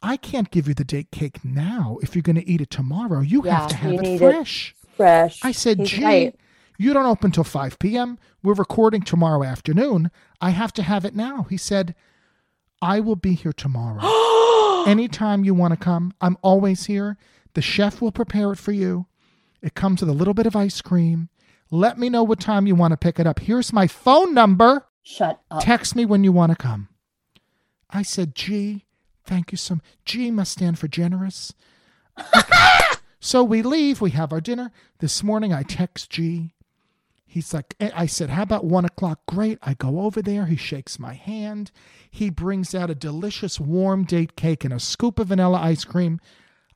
[SPEAKER 1] I can't give you the date cake now if you're going to eat it tomorrow. You
[SPEAKER 4] Yeah,
[SPEAKER 1] have to have
[SPEAKER 4] you
[SPEAKER 1] it
[SPEAKER 4] need it
[SPEAKER 1] fresh.
[SPEAKER 4] fresh.
[SPEAKER 1] I said,
[SPEAKER 4] He's
[SPEAKER 1] Gee,
[SPEAKER 4] right.
[SPEAKER 1] you don't open till 5 p.m. We're recording tomorrow afternoon. I have to have it now. He said, I will be here tomorrow. Anytime you want to come, I'm always here. The chef will prepare it for you. It comes with a little bit of ice cream. Let me know what time you want to pick it up. Here's my phone number.
[SPEAKER 4] Shut up.
[SPEAKER 1] Text me when you want to come. I said, G, thank you so much. G must stand for generous. so we leave, we have our dinner. This morning I text G. He's like, eh, I said, how about one o'clock? Great. I go over there. He shakes my hand. He brings out a delicious warm date cake and a scoop of vanilla ice cream.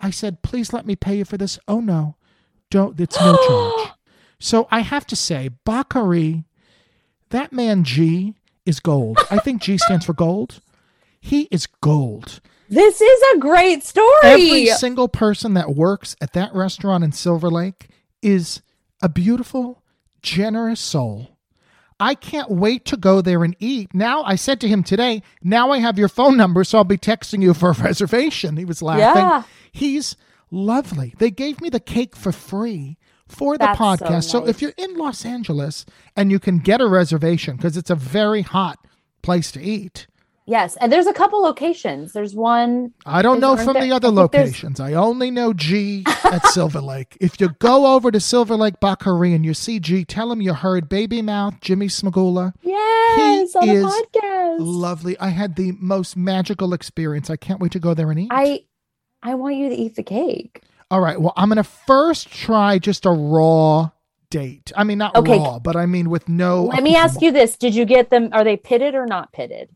[SPEAKER 1] I said, please let me pay you for this. Oh, no, don't. It's no charge. So I have to say, Bakari that man G is gold. I think G stands for gold. He is gold.
[SPEAKER 4] This is a great story.
[SPEAKER 1] Every single person that works at that restaurant in Silver Lake is a beautiful, generous soul. I can't wait to go there and eat. Now, I said to him today, now I have your phone number, so I'll be texting you for a reservation. He was laughing.
[SPEAKER 4] Yeah.
[SPEAKER 1] He's lovely. They gave me the cake for free for the
[SPEAKER 4] That's so
[SPEAKER 1] podcast. So,
[SPEAKER 4] nice.
[SPEAKER 1] if you're in Los Angeles and you can get a reservation because it's a very hot place to eat,
[SPEAKER 4] yes, and there's a couple locations. There's one.
[SPEAKER 1] I don't
[SPEAKER 4] Is-
[SPEAKER 1] know
[SPEAKER 4] aren't
[SPEAKER 1] from
[SPEAKER 4] there-
[SPEAKER 1] the other
[SPEAKER 4] I think there's-
[SPEAKER 1] locations. I only know G at Silver Lake. If you go over to Silver Lake Bakari and you see G, tell him you heard Baby Mouth, Jimmy Smagula.
[SPEAKER 4] Yes, on
[SPEAKER 1] is
[SPEAKER 4] the podcast.
[SPEAKER 1] Lovely. I had the most magical experience. I can't wait to go there and eat.
[SPEAKER 4] I I want you to eat the cake.
[SPEAKER 1] All right. Well, I'm gonna first try just a raw date. I mean, not
[SPEAKER 4] Okay.
[SPEAKER 1] raw, but Oh, I mean with no.
[SPEAKER 4] Let me ask you this: Did you get them? Are they pitted or not pitted?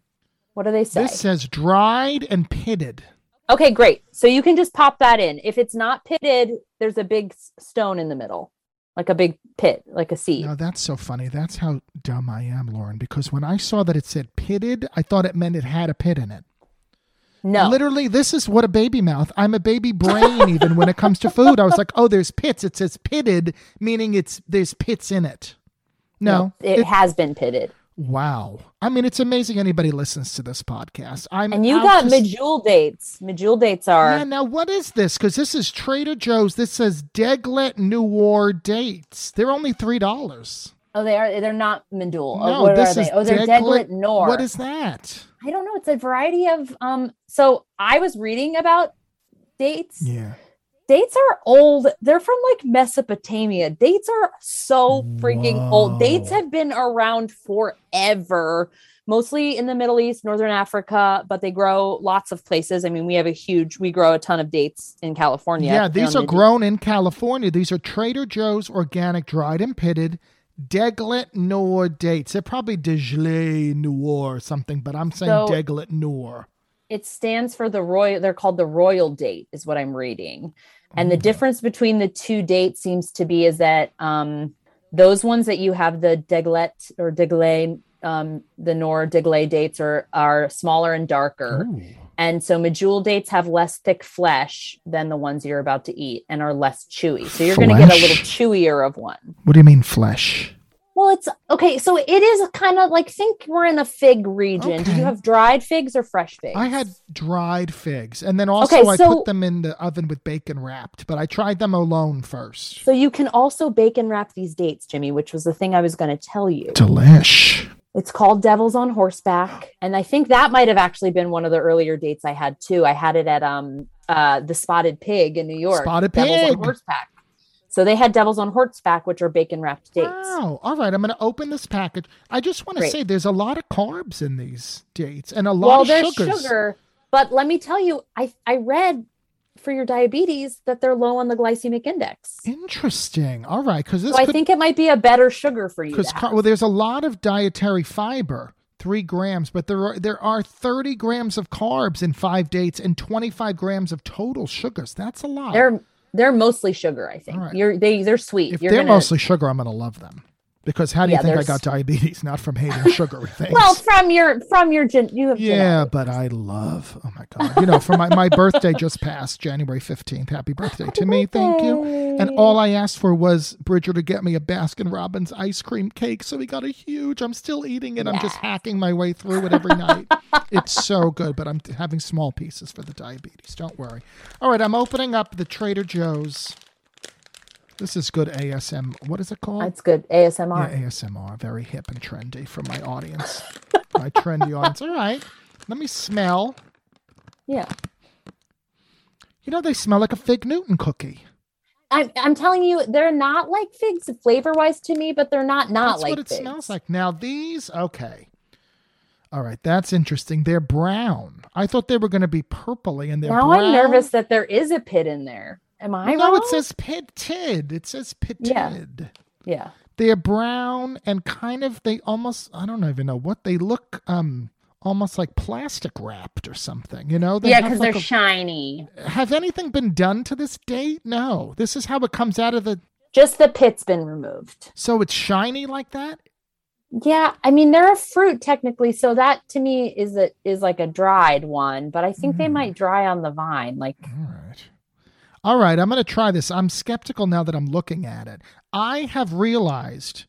[SPEAKER 4] What do they say?
[SPEAKER 1] This says dried and pitted.
[SPEAKER 4] Okay, great. So you can just pop that in. If it's not pitted, there's a big s- stone in the middle, like a big pit, like a seed.
[SPEAKER 1] Now that's so funny. That's how dumb I am, Lauren. Because when I saw that it said pitted, I thought it meant it had a pit in it.
[SPEAKER 4] No,
[SPEAKER 1] Literally, this is what a baby mouth. I'm a baby brain even when it comes to food. I was like, oh, there's pits. It says pitted, meaning it's there's pits in it. No.
[SPEAKER 4] it, has been pitted.
[SPEAKER 1] wow. I mean, it's amazing anybody listens to this podcast. I'm
[SPEAKER 4] And you
[SPEAKER 1] out
[SPEAKER 4] got
[SPEAKER 1] to-
[SPEAKER 4] medjool dates. Medjool dates are
[SPEAKER 1] Mm, Yeah, now what is this? Because this is Trader Joe's. This says Deglet Noir dates. They're only three dollars.
[SPEAKER 4] oh, they are they're not medjool. Oh,
[SPEAKER 1] no,
[SPEAKER 4] what
[SPEAKER 1] this
[SPEAKER 4] are
[SPEAKER 1] is
[SPEAKER 4] they? Oh, they're
[SPEAKER 1] Deglet-
[SPEAKER 4] Deglet Nor.
[SPEAKER 1] What is that?
[SPEAKER 4] I don't know. It's a variety of um. So I was reading about dates.
[SPEAKER 1] Yeah.
[SPEAKER 4] Dates are old. They're from like Mesopotamia. Dates are so freaking
[SPEAKER 1] Whoa.
[SPEAKER 4] old. Dates have been around forever, mostly in the Middle East, Northern Africa, but they grow lots of places. I mean, we have a huge, we grow a ton of dates in California.
[SPEAKER 1] Yeah,
[SPEAKER 4] They're
[SPEAKER 1] these
[SPEAKER 4] on
[SPEAKER 1] are
[SPEAKER 4] the-
[SPEAKER 1] grown in California. These are Trader Joe's organic dried and pitted Deglet Noir dates. They're probably Deglet Noir or something, but I'm saying
[SPEAKER 4] So-
[SPEAKER 1] Deglet Noir.
[SPEAKER 4] It stands for the royal, they're called the royal date, is what I'm reading. And
[SPEAKER 1] Mm.
[SPEAKER 4] the difference between the two dates seems to be is that um, those ones that you have the deglet or deglay, um, the nor deglay dates are are smaller and darker.
[SPEAKER 1] Mm.
[SPEAKER 4] And so medjool dates have less thick flesh than the ones you're about to eat and are less chewy. So you're going to get a little
[SPEAKER 1] Flesh?
[SPEAKER 4] chewier of one.
[SPEAKER 1] What do you mean flesh?
[SPEAKER 4] Well, it's okay. So it is kind of like think we're in a fig region. Do
[SPEAKER 1] Okay.
[SPEAKER 4] you have dried figs or fresh figs?
[SPEAKER 1] I had dried figs, and then also
[SPEAKER 4] Okay,
[SPEAKER 1] I
[SPEAKER 4] so-
[SPEAKER 1] put them in the oven with bacon wrapped. But I tried them alone first.
[SPEAKER 4] So you can also bake and wrap these dates, Jimmy, which was the thing I was going to tell you.
[SPEAKER 1] Delish.
[SPEAKER 4] It's called Devils on Horseback, and I think that might have actually been one of the earlier dates I had too. I had it at um uh the Spotted Pig in New York.
[SPEAKER 1] Spotted
[SPEAKER 4] Devils
[SPEAKER 1] Pig.
[SPEAKER 4] on Horseback. So they had Devils on Horseback, which are bacon wrapped dates.
[SPEAKER 1] Wow. All right, I'm going to open this package. I just want to
[SPEAKER 4] Great.
[SPEAKER 1] say there's a lot of carbs in these dates and a lot
[SPEAKER 4] well,
[SPEAKER 1] of
[SPEAKER 4] there's
[SPEAKER 1] sugars.
[SPEAKER 4] sugar, but let me tell you, I I read for your diabetes that they're low on the glycemic index.
[SPEAKER 1] Interesting. All right, because this
[SPEAKER 4] So I
[SPEAKER 1] could
[SPEAKER 4] think it might be a better sugar for you. to
[SPEAKER 1] because
[SPEAKER 4] have.
[SPEAKER 1] car- well, there's a lot of dietary fiber, three grams, but there are there are 30 grams of carbs in five dates and 25 grams of total sugars. That's a lot.
[SPEAKER 4] they're they're mostly sugar. I think
[SPEAKER 1] All right.
[SPEAKER 4] you're they they're sweet.
[SPEAKER 1] if
[SPEAKER 4] you're
[SPEAKER 1] they're
[SPEAKER 4] gonna-
[SPEAKER 1] mostly sugar, I'm going to love them. Because how do you
[SPEAKER 4] Yeah,
[SPEAKER 1] think I
[SPEAKER 4] there's-
[SPEAKER 1] got diabetes? Not from hating sugary things.
[SPEAKER 4] well from your from your gen you have
[SPEAKER 1] yeah,
[SPEAKER 4] genetics.
[SPEAKER 1] but I love. Oh my god! You know, for my my birthday just passed, January fifteenth. Happy birthday to me! Thank you. And all I asked for was Bridger to get me a Baskin Robbins ice cream cake. So we got a huge, I'm still eating it. I'm just hacking my way through it every night. it's so good, but I'm having small pieces for the diabetes. Don't worry. All right, I'm opening up the Trader Joe's. This is good ASM. What is it called?
[SPEAKER 4] That's good ASMR.
[SPEAKER 1] Yeah, ASMR. Very hip and trendy for my audience. my trendy audience. All right. Let me smell.
[SPEAKER 4] Yeah,
[SPEAKER 1] You know, they smell like a Fig Newton cookie.
[SPEAKER 4] I'm I'm telling you, they're not like figs flavor wise to me, but they're not not
[SPEAKER 1] That's
[SPEAKER 4] like
[SPEAKER 1] what it
[SPEAKER 4] figs.
[SPEAKER 1] smells like. Now these, okay. All right, that's interesting. They're brown. I thought they were going to be purpley, and they're
[SPEAKER 4] Now
[SPEAKER 1] brown.
[SPEAKER 4] I'm nervous that there is a pit in there. Am I
[SPEAKER 1] No,
[SPEAKER 4] wrong?
[SPEAKER 1] it says pitted. It says pitted.
[SPEAKER 4] Yeah. yeah.
[SPEAKER 1] They're brown and kind of they almost I don't even know what they look um almost like plastic wrapped or something. You know? They
[SPEAKER 4] Yeah,
[SPEAKER 1] have
[SPEAKER 4] because
[SPEAKER 1] like
[SPEAKER 4] they're
[SPEAKER 1] a-
[SPEAKER 4] shiny.
[SPEAKER 1] Has anything been done to this date? No. This is how it comes out of the.
[SPEAKER 4] Just the pit's been removed.
[SPEAKER 1] So it's shiny like that.
[SPEAKER 4] Yeah, I mean they're a fruit technically, so that to me is a is like a dried one, but I think they
[SPEAKER 1] Mm.
[SPEAKER 4] might dry on the vine. Like
[SPEAKER 1] All right. All right, I'm going to try this. I'm skeptical now that I'm looking at it. I have realized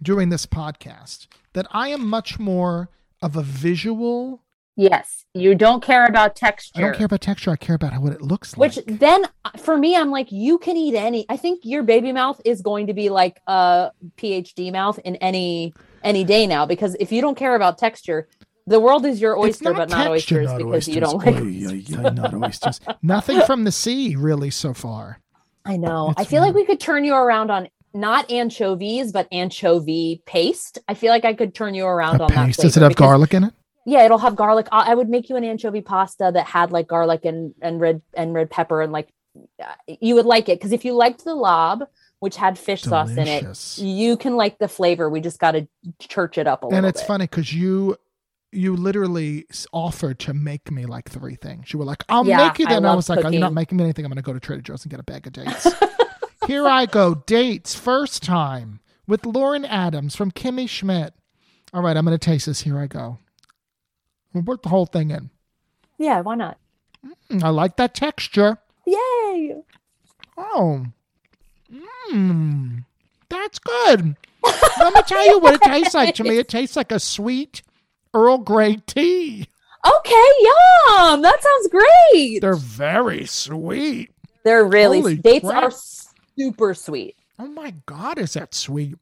[SPEAKER 1] during this podcast that I am much more of a visual.
[SPEAKER 4] yes, you don't care about texture.
[SPEAKER 1] I don't care about texture. I care about how what it looks
[SPEAKER 4] Which
[SPEAKER 1] like.
[SPEAKER 4] then uh, for me, I'm like, you can eat any. I think your baby mouth is going to be like a PhD mouth in any any day now because if you don't care about texture, the world is your
[SPEAKER 1] It's
[SPEAKER 4] oyster, but not
[SPEAKER 1] texture,
[SPEAKER 4] oysters
[SPEAKER 1] not
[SPEAKER 4] because
[SPEAKER 1] oysters.
[SPEAKER 4] you don't like.
[SPEAKER 1] Oy, oy, oy, not oysters. Nothing from the sea really so far.
[SPEAKER 4] I know. I
[SPEAKER 1] It's
[SPEAKER 4] feel like
[SPEAKER 1] weird.
[SPEAKER 4] we could turn you around on not anchovies, but anchovy paste. I feel like I could turn you around
[SPEAKER 1] A
[SPEAKER 4] on
[SPEAKER 1] paste.
[SPEAKER 4] that.
[SPEAKER 1] Does it
[SPEAKER 4] flavor
[SPEAKER 1] have
[SPEAKER 4] because-
[SPEAKER 1] garlic in it?
[SPEAKER 4] yeah, it'll have garlic. I I would make you an anchovy pasta that had like garlic and and red and red pepper and like uh, you would like it because if you liked the lob, which had fish sauce in it,
[SPEAKER 1] Delicious.
[SPEAKER 4] you can like the flavor. We just got to church it up a little.
[SPEAKER 1] and it's
[SPEAKER 4] bit.
[SPEAKER 1] funny because you you literally s- offered to make me like three things you were like i'll
[SPEAKER 4] Yeah,
[SPEAKER 1] make you
[SPEAKER 4] I
[SPEAKER 1] that and i
[SPEAKER 4] love
[SPEAKER 1] was like "Oh, you're not
[SPEAKER 4] cooking.
[SPEAKER 1] making me anything i'm gonna go to trader joe's and get a bag of dates here i go dates first time with lauren adams from kimmy schmidt all right i'm gonna taste this here i go we'll work the whole thing in
[SPEAKER 4] Yeah, why not?
[SPEAKER 1] Mm, i like that texture
[SPEAKER 4] Yay!
[SPEAKER 1] oh mmm that's good let me tell you what it tastes like to me it tastes like a sweet earl grey tea
[SPEAKER 4] Okay, yum. That sounds great.
[SPEAKER 1] They're very sweet.
[SPEAKER 4] They're really
[SPEAKER 1] Holy
[SPEAKER 4] dates
[SPEAKER 1] crap.
[SPEAKER 4] are super sweet.
[SPEAKER 1] Oh my God, is that sweet?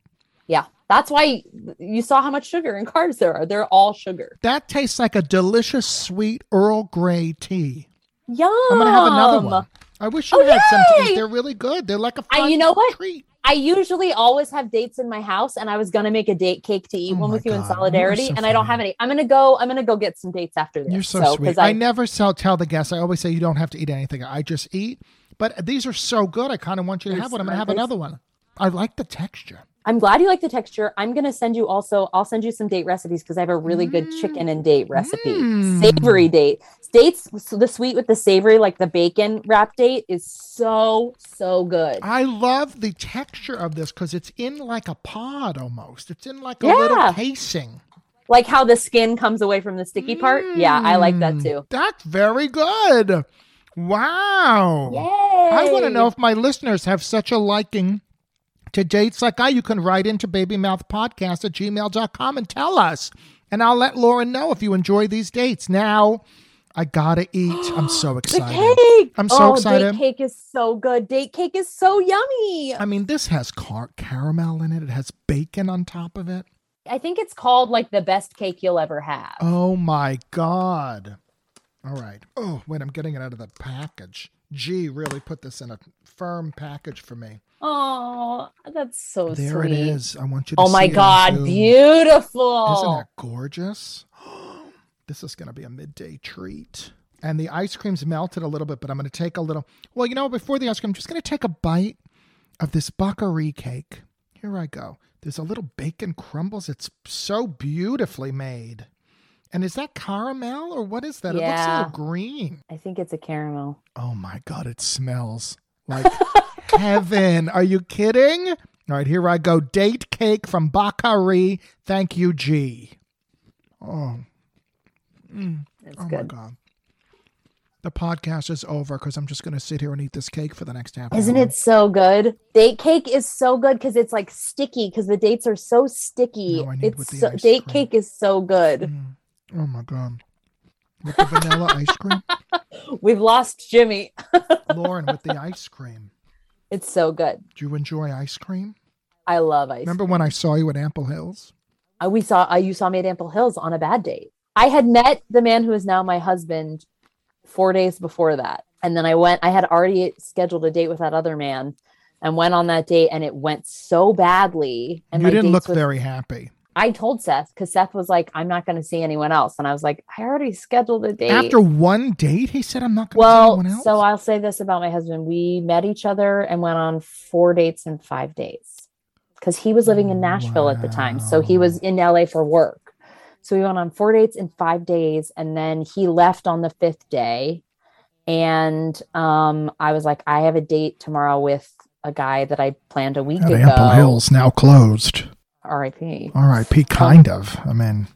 [SPEAKER 4] Yeah, that's why you saw how much sugar and carbs there are. They're all sugar.
[SPEAKER 1] That tastes like a delicious, sweet Earl Grey tea.
[SPEAKER 4] Yum.
[SPEAKER 1] I'm going to have another one. I wish you
[SPEAKER 4] Oh,
[SPEAKER 1] had some.
[SPEAKER 4] yay!
[SPEAKER 1] They're really good. They're like a
[SPEAKER 4] I-
[SPEAKER 1] fun
[SPEAKER 4] you know what?
[SPEAKER 1] treat.
[SPEAKER 4] I usually always have dates in my house, and I was gonna make a date cake to eat
[SPEAKER 1] Oh
[SPEAKER 4] one
[SPEAKER 1] my
[SPEAKER 4] with you in
[SPEAKER 1] God, you are
[SPEAKER 4] solidarity,
[SPEAKER 1] so
[SPEAKER 4] and I don't
[SPEAKER 1] funny.
[SPEAKER 4] have any. I'm gonna go. I'm gonna go get some dates after this.
[SPEAKER 1] You're so, sweet.
[SPEAKER 4] 'cause
[SPEAKER 1] I,
[SPEAKER 4] I,
[SPEAKER 1] never tell, tell the guests. I always say you don't have to eat anything. I just eat. But these are so good. I kind of want you to
[SPEAKER 4] They're
[SPEAKER 1] have one. I'm
[SPEAKER 4] so
[SPEAKER 1] going to have
[SPEAKER 4] nice.
[SPEAKER 1] another one. I like the texture.
[SPEAKER 4] I'm glad you like the texture. I'm gonna send you also. I'll send you some date recipes because I have a really good chicken and date recipe,
[SPEAKER 1] Mm.
[SPEAKER 4] savory date dates. So the sweet with the savory, like the bacon wrap date, is so so good.
[SPEAKER 1] I love the texture of this because it's in like a pod almost. It's in like a
[SPEAKER 4] Yeah.
[SPEAKER 1] little casing.
[SPEAKER 4] Like how the skin comes away from the sticky part. Yeah, I like that
[SPEAKER 1] Mm,
[SPEAKER 4] too.
[SPEAKER 1] That's very good. Wow.
[SPEAKER 4] Yay!
[SPEAKER 1] I want to know if my listeners have such a liking to dates like I. You can write into babymouthpodcast at gmail.com and tell us. And I'll let Lauren know if you enjoy these dates. Now, I gotta eat. I'm so
[SPEAKER 4] the
[SPEAKER 1] excited.
[SPEAKER 4] cake.
[SPEAKER 1] I'm so
[SPEAKER 4] oh,
[SPEAKER 1] excited.
[SPEAKER 4] Date cake is so good. Date cake is so yummy.
[SPEAKER 1] I mean, this has car- caramel in it. It has bacon on top of it.
[SPEAKER 4] I think it's called like the best cake you'll ever have.
[SPEAKER 1] Oh my god. All right. Oh, wait, I'm getting it out of the package. Gee, really put this in a firm package for me.
[SPEAKER 4] Oh, that's so
[SPEAKER 1] there
[SPEAKER 4] sweet.
[SPEAKER 1] it is. I want you to
[SPEAKER 4] Oh my
[SPEAKER 1] see it on
[SPEAKER 4] god,
[SPEAKER 1] Zoom. Isn't
[SPEAKER 4] beautiful.
[SPEAKER 1] that gorgeous? this is going to be a midday treat. And the ice cream's melted a little bit, but I'm going to take a little. Well, you know, before the ice cream, I'm just going to take a bite of this Baccarie cake. Here I go. There's a little bacon crumbles. It's so beautifully made. And is that caramel or what is that? It looks a
[SPEAKER 4] Yeah.
[SPEAKER 1] little green.
[SPEAKER 4] I think it's a caramel.
[SPEAKER 1] Oh my God, it smells like heaven. Are you kidding? All right, here I go. Date cake from Bakari. Thank you, G. Oh,
[SPEAKER 4] It's
[SPEAKER 1] oh my
[SPEAKER 4] good.
[SPEAKER 1] God. The podcast is over because I'm just going to sit here and eat this cake for the next half
[SPEAKER 4] Isn't
[SPEAKER 1] hour.
[SPEAKER 4] it so good? Date cake is so good because it's like sticky because the dates are so sticky.
[SPEAKER 1] Now I need with the
[SPEAKER 4] it's so,
[SPEAKER 1] ice
[SPEAKER 4] date
[SPEAKER 1] cream.
[SPEAKER 4] cake is so good.
[SPEAKER 1] Mm. Oh my God. With the vanilla ice cream?
[SPEAKER 4] We've lost Jimmy.
[SPEAKER 1] Lauren, with the ice cream.
[SPEAKER 4] It's so good.
[SPEAKER 1] Do you enjoy ice cream?
[SPEAKER 4] I love ice.
[SPEAKER 1] Remember when I saw you at Ample Hills?
[SPEAKER 4] Uh, we saw uh, you saw me at Ample Hills on a bad date. I had met the man who is now my husband four days before that, and then I went. I had already scheduled a date with that other man, and went on that date, and it went so badly. And
[SPEAKER 1] you
[SPEAKER 4] my
[SPEAKER 1] didn't
[SPEAKER 4] dates
[SPEAKER 1] look
[SPEAKER 4] with-
[SPEAKER 1] very happy.
[SPEAKER 4] I told Seth because Seth was like, "I'm not going to see anyone else," and I was like, "I already scheduled a date."
[SPEAKER 1] After one date, he said, I'm not going to tell
[SPEAKER 4] well,
[SPEAKER 1] anyone else.
[SPEAKER 4] so I'll say this about my husband: we met each other and went on four dates in five days because he was living in Nashville at the time, so he
[SPEAKER 1] Oh, Wow.
[SPEAKER 4] was in LA for work. So we went on four dates in five days, and then he left on the fifth day. And um, I was like, I have a date tomorrow with a guy that I planned a week
[SPEAKER 1] at
[SPEAKER 4] ago.
[SPEAKER 1] Ample Hills, now closed.
[SPEAKER 4] R.I.P.
[SPEAKER 1] R.I.P. Kind of. I mean,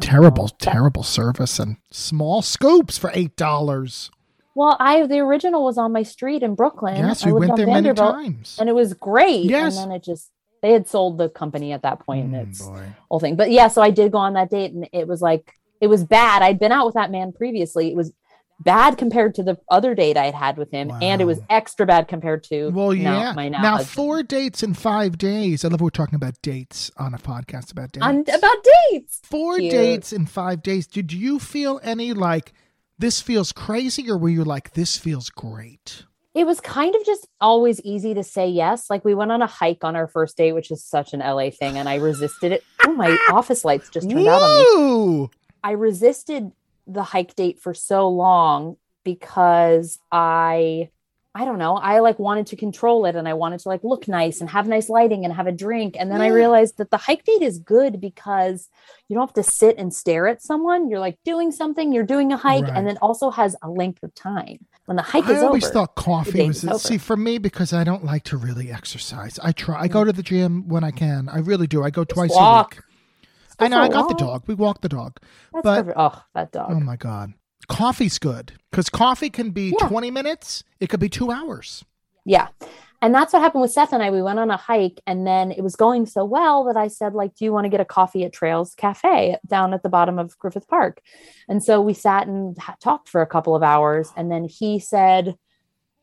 [SPEAKER 1] terrible, terrible service and small scoops for eight dollars.
[SPEAKER 4] Well, I the original was on my street in Brooklyn.
[SPEAKER 1] Yes,
[SPEAKER 4] I
[SPEAKER 1] we
[SPEAKER 4] lived
[SPEAKER 1] went
[SPEAKER 4] on
[SPEAKER 1] there many
[SPEAKER 4] Vanderbilt,
[SPEAKER 1] times.
[SPEAKER 4] and it was great.
[SPEAKER 1] Yes.
[SPEAKER 4] and then it just they had sold the company at that point. and
[SPEAKER 1] Mm,
[SPEAKER 4] it's
[SPEAKER 1] boy.
[SPEAKER 4] whole thing. But yeah, so I did go on that date, and it was like it was bad. I'd been out with that man previously. It was bad compared to the other date I had had with him, and it was
[SPEAKER 1] Wow.
[SPEAKER 4] extra bad compared to
[SPEAKER 1] Well,
[SPEAKER 4] now-
[SPEAKER 1] yeah.
[SPEAKER 4] my now.
[SPEAKER 1] now,
[SPEAKER 4] husband.
[SPEAKER 1] four dates in five days. I love we're talking about dates on a podcast about dates.
[SPEAKER 4] on about dates.
[SPEAKER 1] four
[SPEAKER 4] Cute.
[SPEAKER 1] dates in five days. Did you feel any like this feels crazy, or were you like this feels great?
[SPEAKER 4] It was kind of just always easy to say yes. Like we went on a hike on our first date, which is such an LA thing, and I resisted it. Oh, my office lights just turned out on me.
[SPEAKER 1] Woo!
[SPEAKER 4] I resisted the hike date for so long because I I don't know, I like wanted to control it and I wanted to like look nice and have nice lighting and have a drink and then I
[SPEAKER 1] Yeah.
[SPEAKER 4] realized that the hike date is good because you don't have to sit and stare at someone, you're like doing something, you're doing a hike
[SPEAKER 1] Right.
[SPEAKER 4] and then also has a length of time. When the hike
[SPEAKER 1] I
[SPEAKER 4] is
[SPEAKER 1] always
[SPEAKER 4] over.
[SPEAKER 1] thought coffee
[SPEAKER 4] day's
[SPEAKER 1] was
[SPEAKER 4] over.
[SPEAKER 1] see for me because I don't like to really exercise. I try. I go to the gym when I can. I really do. I go twice
[SPEAKER 4] Mm.
[SPEAKER 1] a
[SPEAKER 4] walk.
[SPEAKER 1] week. I know.
[SPEAKER 4] for
[SPEAKER 1] I
[SPEAKER 4] a
[SPEAKER 1] got the
[SPEAKER 4] walk.
[SPEAKER 1] dog. We walk the dog.
[SPEAKER 4] That's
[SPEAKER 1] but-
[SPEAKER 4] perfect. oh, that dog.
[SPEAKER 1] Oh my god, coffee's good because coffee can be
[SPEAKER 4] Yeah.
[SPEAKER 1] twenty minutes. It could be two hours.
[SPEAKER 4] Yeah. And that's what happened with Seth and I. We went on a hike and then it was going so well that I said, like, do you want to get a coffee at Trails Cafe down at the bottom of Griffith Park? And so we sat and ha- talked for a couple of hours. And then he said,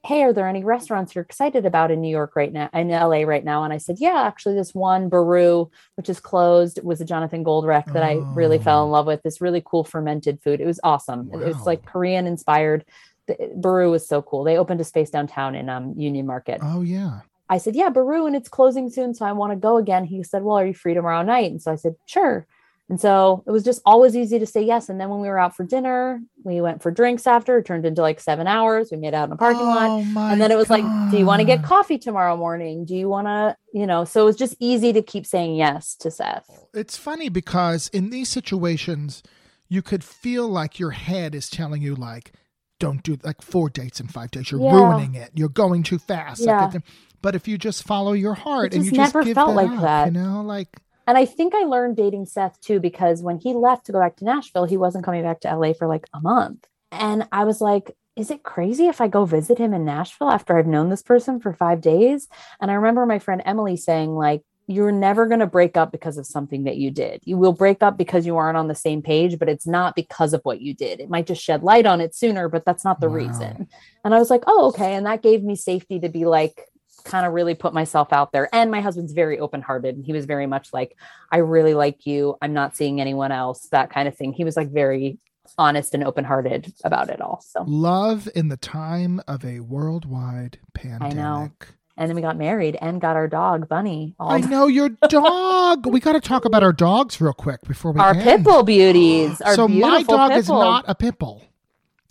[SPEAKER 4] Hey, are there any restaurants you're excited about in New York right now, in LA right now? And I said, Yeah, actually, this one, Baru, which is closed, was a Jonathan Goldreck that I really fell in love with. This really cool fermented food. It was awesome. It
[SPEAKER 1] Wow.
[SPEAKER 4] was like Korean inspired the, Baru was so cool. They opened a space downtown in um, Union Market.
[SPEAKER 1] Oh yeah.
[SPEAKER 4] I said, "Yeah, Baru, and it's closing soon, so I want to go again." He said, "Well, are you free tomorrow night?" And so I said, "Sure." And so it was just always easy to say yes. And then when we were out for dinner, we went for drinks after. It turned into like seven hours. We made out in a parking lot
[SPEAKER 1] Oh my.
[SPEAKER 4] and then it was like do you want to get
[SPEAKER 1] God.
[SPEAKER 4] coffee tomorrow morning do you want to you know so it was just easy to keep saying yes to seth
[SPEAKER 1] It's funny because in these situations, you could feel like your head is telling you like, "Don't do like four dates in five days. You're
[SPEAKER 4] Yeah.
[SPEAKER 1] ruining it. You're going too fast." Like,
[SPEAKER 4] Yeah.
[SPEAKER 1] it- but if you just follow your heart
[SPEAKER 4] It
[SPEAKER 1] and you
[SPEAKER 4] just
[SPEAKER 1] just
[SPEAKER 4] never
[SPEAKER 1] give
[SPEAKER 4] felt
[SPEAKER 1] that
[SPEAKER 4] like
[SPEAKER 1] up,
[SPEAKER 4] that.
[SPEAKER 1] you know, like
[SPEAKER 4] and i think i learned dating seth too because when he left to go back to nashville he wasn't coming back to la for like a month and i was like is it crazy if i go visit him in nashville after i've known this person for five days and i remember my friend emily saying like you're never going to break up because of something that you did. You will break up because you aren't on the same page, but it's not because of what you did. It might just shed light on it sooner, but that's not the
[SPEAKER 1] Wow.
[SPEAKER 4] reason. And I was like, oh, okay. And that gave me safety to be like, kind of really put myself out there. And my husband's very open hearted. And he was very much like, I really like you. I'm not seeing anyone else, that kind of thing. He was like very honest and open hearted about it all. So,
[SPEAKER 1] love in the time of a worldwide
[SPEAKER 4] know.
[SPEAKER 1] pandemic.
[SPEAKER 4] and then we got married and got our dog, Bunny, all
[SPEAKER 1] I know your dog. we got to talk about our dogs real quick before we
[SPEAKER 4] our
[SPEAKER 1] end.
[SPEAKER 4] pit bull beauties. Our
[SPEAKER 1] so
[SPEAKER 4] beautiful
[SPEAKER 1] my dog
[SPEAKER 4] pit
[SPEAKER 1] is
[SPEAKER 4] bull.
[SPEAKER 1] not a pit bull.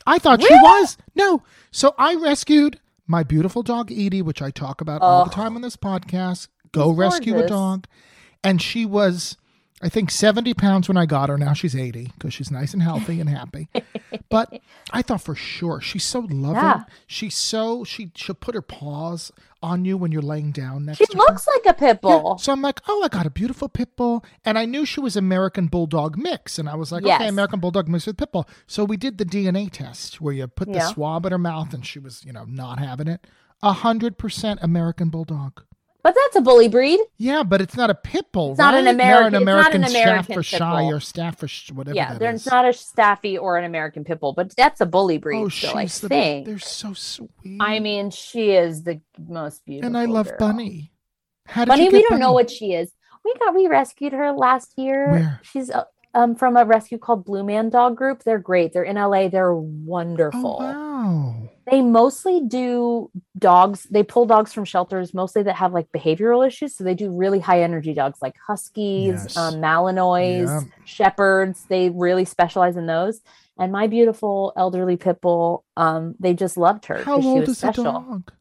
[SPEAKER 1] I thought she
[SPEAKER 4] Really?
[SPEAKER 1] was. No. So I rescued my beautiful dog Edie, which I talk about all the
[SPEAKER 4] Oh.
[SPEAKER 1] time on this podcast. Go
[SPEAKER 4] She's
[SPEAKER 1] rescue a
[SPEAKER 4] gorgeous.
[SPEAKER 1] dog. And she was, I think, 70 pounds when I got her. Now she's 80 because she's nice and healthy and happy. but I thought for sure she's so loving.
[SPEAKER 4] Yeah.
[SPEAKER 1] She's so she she'll put her paws on you when you're laying down next
[SPEAKER 4] She
[SPEAKER 1] to her.
[SPEAKER 4] looks like a pit
[SPEAKER 1] Yeah,
[SPEAKER 4] bull.
[SPEAKER 1] So I'm like, oh, I got a beautiful pit bull. And I knew she was American Bulldog mix. And I was like, okay,
[SPEAKER 4] Yes.
[SPEAKER 1] American Bulldog mix with pit bull. So we did the DNA test where you put the
[SPEAKER 4] Yeah.
[SPEAKER 1] swab in her mouth and she was, you know, not having it. A hundred percent American Bulldog.
[SPEAKER 4] But that's a bully breed.
[SPEAKER 1] Yeah, but it's not a pit bull.
[SPEAKER 4] It's not
[SPEAKER 1] right?
[SPEAKER 4] an
[SPEAKER 1] They're
[SPEAKER 4] American- it's not an American pit
[SPEAKER 1] Staffordshire,
[SPEAKER 4] bull.
[SPEAKER 1] Staffordshire, whatever.
[SPEAKER 4] Yeah,
[SPEAKER 1] that
[SPEAKER 4] they're
[SPEAKER 1] is.
[SPEAKER 4] not a Staffy or an American pit bull, but that's a bully breed.
[SPEAKER 1] Oh,
[SPEAKER 4] still, I
[SPEAKER 1] she's the.
[SPEAKER 4] think.
[SPEAKER 1] They're so sweet.
[SPEAKER 4] I mean, she is the most beautiful.
[SPEAKER 1] and I love
[SPEAKER 4] girl.
[SPEAKER 1] Bunny. How did
[SPEAKER 4] Bunny,
[SPEAKER 1] you
[SPEAKER 4] we
[SPEAKER 1] get
[SPEAKER 4] don't know
[SPEAKER 1] Bunny?
[SPEAKER 4] what she is. We got we rescued her last year.
[SPEAKER 1] Where?
[SPEAKER 4] She's uh, um from a rescue called Blue Man Dog Group. They're great. They're in LA. They're
[SPEAKER 1] Oh
[SPEAKER 4] wonderful.
[SPEAKER 1] wow!
[SPEAKER 4] They mostly do dogs. They pull dogs from shelters mostly that have like behavioral issues. So they do really high energy dogs like huskies,
[SPEAKER 1] Yes.
[SPEAKER 4] um, Malinois,
[SPEAKER 1] Yeah.
[SPEAKER 4] shepherds. They really specialize in those. And my beautiful elderly pit bull, um, they just loved her
[SPEAKER 1] How
[SPEAKER 4] because she
[SPEAKER 1] old
[SPEAKER 4] was
[SPEAKER 1] is
[SPEAKER 4] special.
[SPEAKER 1] the dog?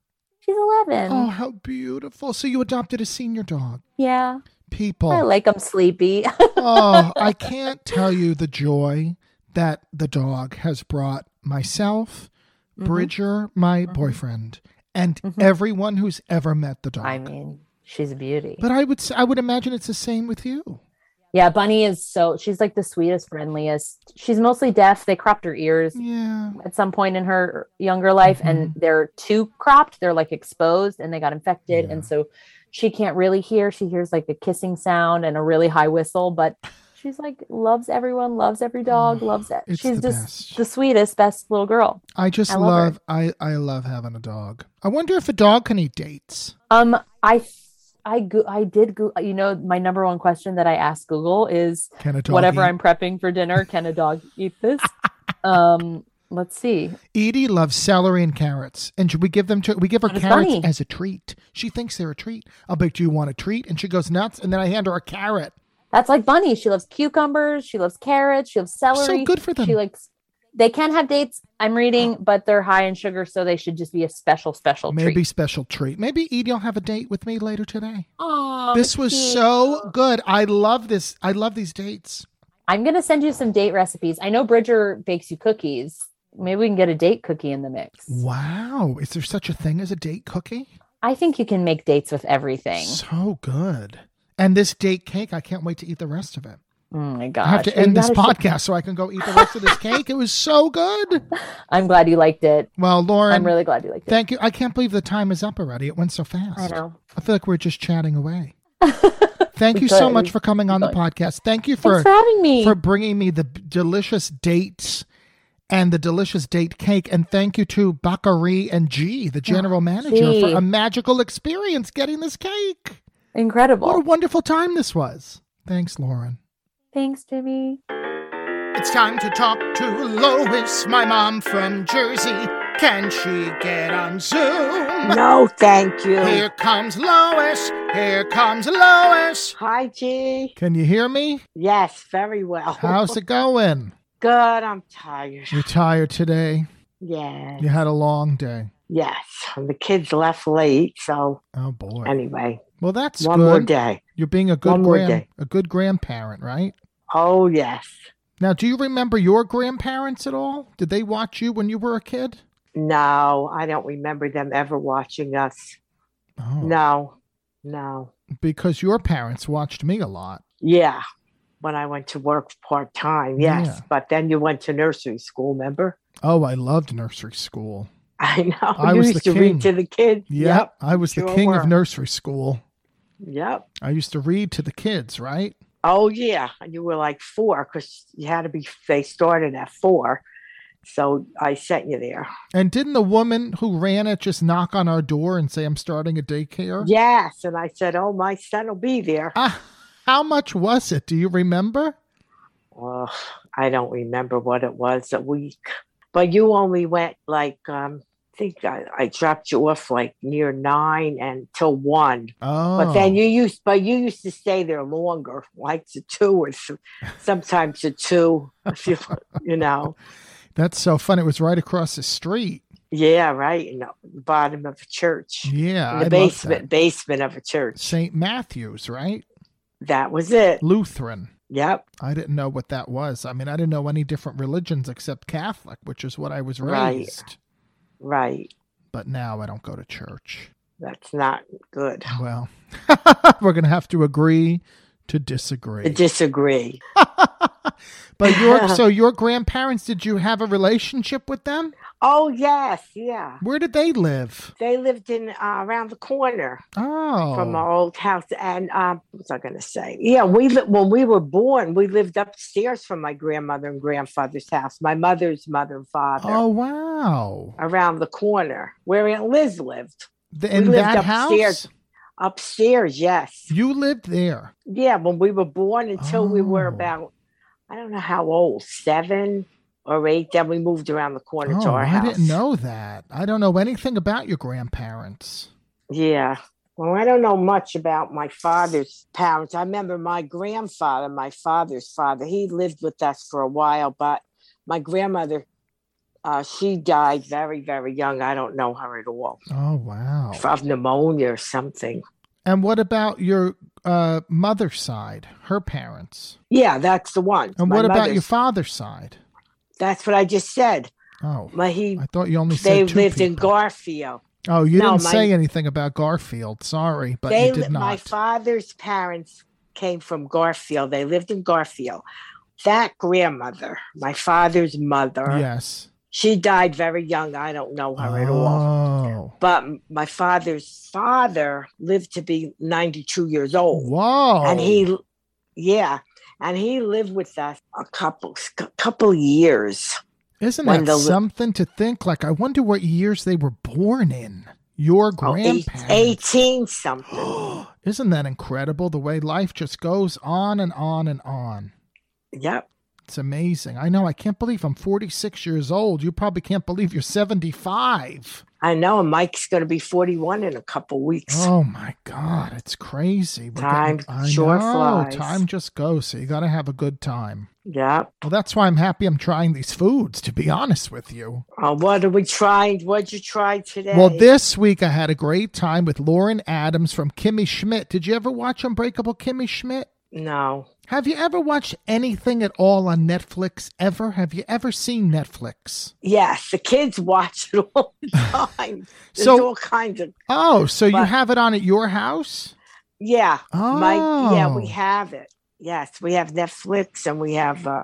[SPEAKER 4] She's 11.
[SPEAKER 1] Oh, how beautiful. So you adopted a senior dog.
[SPEAKER 4] yeah.
[SPEAKER 1] People.
[SPEAKER 4] I like them sleepy.
[SPEAKER 1] oh, I can't tell you the joy that the dog has brought myself,
[SPEAKER 4] Mm-hmm.
[SPEAKER 1] Bridger, my boyfriend, and
[SPEAKER 4] Mhm.
[SPEAKER 1] everyone who's ever met the dog.
[SPEAKER 4] I mean, she's a beauty.
[SPEAKER 1] but I would s- I would imagine it's the same with you.
[SPEAKER 4] yeah, Bunny is so she's like the sweetest, friendliest. She's mostly deaf. They cropped her ears
[SPEAKER 1] Yeah.
[SPEAKER 4] at some point in her younger life, and
[SPEAKER 1] Mm-hmm.
[SPEAKER 4] they're too cropped. They're like exposed, and they got infected, and so she can't really hear. She hears like a kissing sound and a really high whistle, but she's like loves everyone, loves every dog, loves it.
[SPEAKER 1] Mm. it's
[SPEAKER 4] she's
[SPEAKER 1] the
[SPEAKER 4] just
[SPEAKER 1] best.
[SPEAKER 4] the sweetest, best little girl.
[SPEAKER 1] I just
[SPEAKER 4] I love her.
[SPEAKER 1] love, I I love having a dog. I wonder if a dog can eat dates.
[SPEAKER 4] Um, I. I go- I did go. You know, my number one question that I asked Google is,
[SPEAKER 1] Can a dog
[SPEAKER 4] whatever
[SPEAKER 1] eat?
[SPEAKER 4] I'm prepping for dinner, can a dog eat this? um, let's see.
[SPEAKER 1] Edie loves celery and carrots, and should we give them to? We give her
[SPEAKER 4] That is
[SPEAKER 1] carrots
[SPEAKER 4] funny.
[SPEAKER 1] as a treat. She thinks they're a treat. I'll be like, "Do you want a treat?" And she goes nuts. And then I hand her a carrot,
[SPEAKER 4] That's like Bunny. She loves cucumbers. She loves carrots. She loves celery.
[SPEAKER 1] So good for them.
[SPEAKER 4] She likes. They can have dates. I'm reading, but they're high in sugar, so they should just be a special, special
[SPEAKER 1] Maybe
[SPEAKER 4] treat.
[SPEAKER 1] special treat. Maybe Edie will have a date with me later today.
[SPEAKER 4] Aw,
[SPEAKER 1] this was
[SPEAKER 4] Oh, cute.
[SPEAKER 1] so good. I love this. I love these dates.
[SPEAKER 4] I'm gonna send you some date recipes. I know Bridger bakes you cookies. Maybe we can get a date cookie in the mix.
[SPEAKER 1] Wow. Is there such a thing as a date cookie?
[SPEAKER 4] I think you can make dates with everything.
[SPEAKER 1] So good. And this date cake, I can't wait to eat the rest of it.
[SPEAKER 4] Oh my gosh!
[SPEAKER 1] I have to
[SPEAKER 4] We
[SPEAKER 1] end this
[SPEAKER 4] gotta sh-
[SPEAKER 1] podcast so I can go eat the rest of this cake. It was so good.
[SPEAKER 4] I'm glad you liked it.
[SPEAKER 1] Well, Lauren,
[SPEAKER 4] I'm really glad you liked it.
[SPEAKER 1] thank you. I can't believe the time is up already. It went so fast.
[SPEAKER 4] I know.
[SPEAKER 1] I feel like we're just chatting away. Thank
[SPEAKER 4] We
[SPEAKER 1] you so
[SPEAKER 4] could.
[SPEAKER 1] much
[SPEAKER 4] We-
[SPEAKER 1] for coming on the
[SPEAKER 4] could.
[SPEAKER 1] podcast. Thank you
[SPEAKER 4] Thanks
[SPEAKER 1] for
[SPEAKER 4] for having me.
[SPEAKER 1] for bringing me the delicious dates and the delicious date cake. And thank you to Bakari and G, the general manager,
[SPEAKER 4] Ah, G.
[SPEAKER 1] for a magical experience getting this cake. What a
[SPEAKER 4] Incredible.
[SPEAKER 1] wonderful time this was. Thanks, Lauren.
[SPEAKER 4] Thanks, Jimmy.
[SPEAKER 1] It's time to talk to Lois, my mom from Jersey. Can she get on Zoom?
[SPEAKER 2] No, thank you.
[SPEAKER 1] Here comes Lois. Here comes Lois.
[SPEAKER 2] Hi, G.
[SPEAKER 1] Can you hear me?
[SPEAKER 2] Yes, very well.
[SPEAKER 1] How's it going?
[SPEAKER 2] Good. I'm tired.
[SPEAKER 1] You're tired today.
[SPEAKER 2] Yeah.
[SPEAKER 1] You had a long day.
[SPEAKER 2] Yes. And the kids left late. So,
[SPEAKER 1] Oh boy.
[SPEAKER 2] anyway,
[SPEAKER 1] Well, that's
[SPEAKER 2] one
[SPEAKER 1] good.
[SPEAKER 2] more day.
[SPEAKER 1] You're being a good
[SPEAKER 2] One more
[SPEAKER 1] grand,
[SPEAKER 2] day.
[SPEAKER 1] a good grandparent, right?
[SPEAKER 2] Oh, yes.
[SPEAKER 1] Now, do you remember your grandparents at all? Did they watch you when you were a kid?
[SPEAKER 2] No, I don't remember them ever watching us.
[SPEAKER 1] Oh,
[SPEAKER 2] No, no.
[SPEAKER 1] because your parents watched me a lot.
[SPEAKER 2] Yeah. When I went to work part time, yes.
[SPEAKER 1] Yeah.
[SPEAKER 2] But then you went to nursery school, remember?
[SPEAKER 1] Oh, I loved nursery school.
[SPEAKER 2] I know.
[SPEAKER 1] I
[SPEAKER 2] you
[SPEAKER 1] was
[SPEAKER 2] used
[SPEAKER 1] the
[SPEAKER 2] to
[SPEAKER 1] king.
[SPEAKER 2] read to the kids.
[SPEAKER 1] Yeah, I was the
[SPEAKER 2] sure
[SPEAKER 1] king of
[SPEAKER 2] were.
[SPEAKER 1] nursery school.
[SPEAKER 2] Yep. Yep.
[SPEAKER 1] I used to read to the kids, right?
[SPEAKER 2] Oh yeah, and you were like four because you had to be. They started at four, so I sent you there.
[SPEAKER 1] And didn't the woman who ran it just knock on our door and say, I'm starting a daycare?
[SPEAKER 2] Yes, and I said, "Oh, my son will be there."
[SPEAKER 1] Ah, how much was it? Do you remember?
[SPEAKER 2] Oh, I don't remember what it was a week, but you only went like um, I think I, I dropped you off like near nine and till one.
[SPEAKER 1] Oh.
[SPEAKER 2] But then you used, but you used to stay there longer, like to two or th- sometimes to two. If you, you know,
[SPEAKER 1] That's so fun. It was right across the street.
[SPEAKER 2] yeah, right in the bottom of a church,
[SPEAKER 1] Yeah.
[SPEAKER 2] in
[SPEAKER 1] I
[SPEAKER 2] the
[SPEAKER 1] love
[SPEAKER 2] basement,
[SPEAKER 1] that.
[SPEAKER 2] basement of a church.
[SPEAKER 1] St. Matthew's, right?
[SPEAKER 2] That was it.
[SPEAKER 1] Lutheran.
[SPEAKER 2] Yep,
[SPEAKER 1] I didn't know what that was. I mean, I didn't know any different religions except Catholic, which is what I was
[SPEAKER 2] Right.
[SPEAKER 1] raised.
[SPEAKER 2] right.
[SPEAKER 1] But now I don't go to church.
[SPEAKER 2] That's not good.
[SPEAKER 1] Well, we're going to have to agree to
[SPEAKER 2] To
[SPEAKER 1] disagree.
[SPEAKER 2] disagree.
[SPEAKER 1] but your so your grandparents did you have a relationship with them?
[SPEAKER 2] Oh yes, yeah.
[SPEAKER 1] Where did they live?
[SPEAKER 2] They lived in uh, around the corner
[SPEAKER 1] Oh.
[SPEAKER 2] from our old house, and um, what was I going to say? Yeah, we li- when we were born, we lived upstairs from my grandmother and grandfather's house. My mother's mother and father.
[SPEAKER 1] Oh wow.
[SPEAKER 2] around the corner where Aunt Liz lived.
[SPEAKER 1] The- In
[SPEAKER 2] lived
[SPEAKER 1] that
[SPEAKER 2] upstairs.
[SPEAKER 1] house?
[SPEAKER 2] Upstairs, yes.
[SPEAKER 1] You lived there.
[SPEAKER 2] Yeah, when we were born until we were
[SPEAKER 1] Oh.
[SPEAKER 2] about, I don't know how old, seven or eight. Then we moved around the corner to
[SPEAKER 1] Oh,
[SPEAKER 2] our
[SPEAKER 1] I
[SPEAKER 2] house.
[SPEAKER 1] didn't know that. I don't know anything about your grandparents.
[SPEAKER 2] Yeah. Well, I don't know much about my father's parents. I remember my grandfather, my father's father, he lived with us for a while, but my grandmother, uh, she died very, very young. I don't know her at all
[SPEAKER 1] Oh wow.
[SPEAKER 2] of pneumonia or something.
[SPEAKER 1] And what about your uh, mother's side, her parents?
[SPEAKER 2] Yeah, that's the one.
[SPEAKER 1] And
[SPEAKER 2] My
[SPEAKER 1] what about your
[SPEAKER 2] mother's-
[SPEAKER 1] father's side?
[SPEAKER 2] That's what I just said.
[SPEAKER 1] Oh,
[SPEAKER 2] My he
[SPEAKER 1] I thought you only
[SPEAKER 2] they
[SPEAKER 1] said two
[SPEAKER 2] lived in
[SPEAKER 1] people.
[SPEAKER 2] Garfield.
[SPEAKER 1] Oh, you
[SPEAKER 2] No,
[SPEAKER 1] didn't
[SPEAKER 2] my-
[SPEAKER 1] say anything about Garfield. Sorry, but
[SPEAKER 2] they
[SPEAKER 1] you
[SPEAKER 2] li-
[SPEAKER 1] did
[SPEAKER 2] my
[SPEAKER 1] not.
[SPEAKER 2] father's parents came from Garfield. They lived in Garfield. That grandmother, my father's mother,
[SPEAKER 1] yes.
[SPEAKER 2] she died very young. I don't know her at all.
[SPEAKER 1] Oh.
[SPEAKER 2] But m- my father's father lived to be 92 years old.
[SPEAKER 1] Whoa.
[SPEAKER 2] Oh. and he yeah, and he lived with us a couple a couple years.
[SPEAKER 1] Isn't
[SPEAKER 2] when
[SPEAKER 1] that
[SPEAKER 2] the-
[SPEAKER 1] something to think? Like, I wonder what years they were born in. Your
[SPEAKER 2] Oh, eight-
[SPEAKER 1] grandparents.
[SPEAKER 2] 18 something.
[SPEAKER 1] Isn't that incredible? The way life just goes on and on and on.
[SPEAKER 2] Yep.
[SPEAKER 1] It's amazing. I know. I can't believe I'm 46 years old. You probably can't believe you're 75.
[SPEAKER 2] I know and Mike's going to be 41 in a couple weeks.
[SPEAKER 1] Oh my God, it's crazy. We're
[SPEAKER 2] Time sure flies.
[SPEAKER 1] Time just goes. So you got to have a good time.
[SPEAKER 2] Yeah.
[SPEAKER 1] Well, that's why I'm happy I'm trying these foods, to be honest with you.
[SPEAKER 2] Uh, what are we trying? What'd you try today?
[SPEAKER 1] Well, this week I had a great time with Lauren Adams from Kimmy Schmidt. Did you ever watch Unbreakable Kimmy Schmidt?
[SPEAKER 2] no.
[SPEAKER 1] Have you ever watched anything at all on Netflix? Ever? Have you ever seen Netflix?
[SPEAKER 2] Yes, the kids watch it all the time. There's
[SPEAKER 1] So-
[SPEAKER 2] all kinds of
[SPEAKER 1] Oh, so you
[SPEAKER 2] But-
[SPEAKER 1] have it on at your house?
[SPEAKER 2] yeah.
[SPEAKER 1] Oh,
[SPEAKER 2] Mike, yeah, we have it. Yes, we have Netflix and we have uh,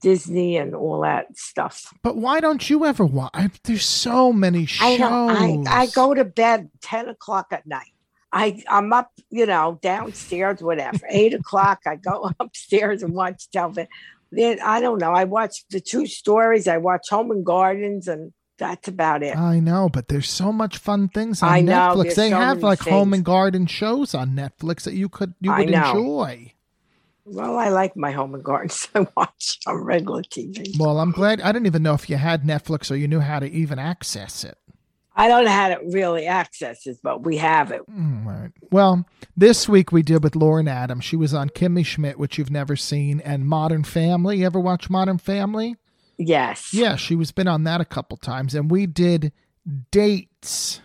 [SPEAKER 2] Disney and all that stuff.
[SPEAKER 1] But why don't you ever watch? I, there's so many shows.
[SPEAKER 2] I don't. I, I go to bed ten o'clock at night. I I'm up, you know, downstairs, whatever. Eight o'clock, I go upstairs and watch television. Then I don't know. I watch the two stories. I watch Home and Gardens, and that's about it.
[SPEAKER 1] I know, but there's so much fun things on
[SPEAKER 2] I know,
[SPEAKER 1] Netflix.
[SPEAKER 2] there's
[SPEAKER 1] They
[SPEAKER 2] so
[SPEAKER 1] have
[SPEAKER 2] many
[SPEAKER 1] like home
[SPEAKER 2] things.
[SPEAKER 1] and garden shows on Netflix that you could you
[SPEAKER 2] I
[SPEAKER 1] would
[SPEAKER 2] know.
[SPEAKER 1] enjoy.
[SPEAKER 2] well, I like my Home and Gardens. I watch on regular TV.
[SPEAKER 1] Well, I'm glad I didn't even know if you had Netflix or you knew how to even access it.
[SPEAKER 2] I don't know how to really access it, but we have it.
[SPEAKER 1] Mm, all right. Well, this week we did with Lauren Adams. She was on Kimmy Schmidt, which you've never seen, and Modern Family. You ever watch Modern Family?
[SPEAKER 2] Yes.
[SPEAKER 1] Yeah, she was been on that a couple times, and we did dates.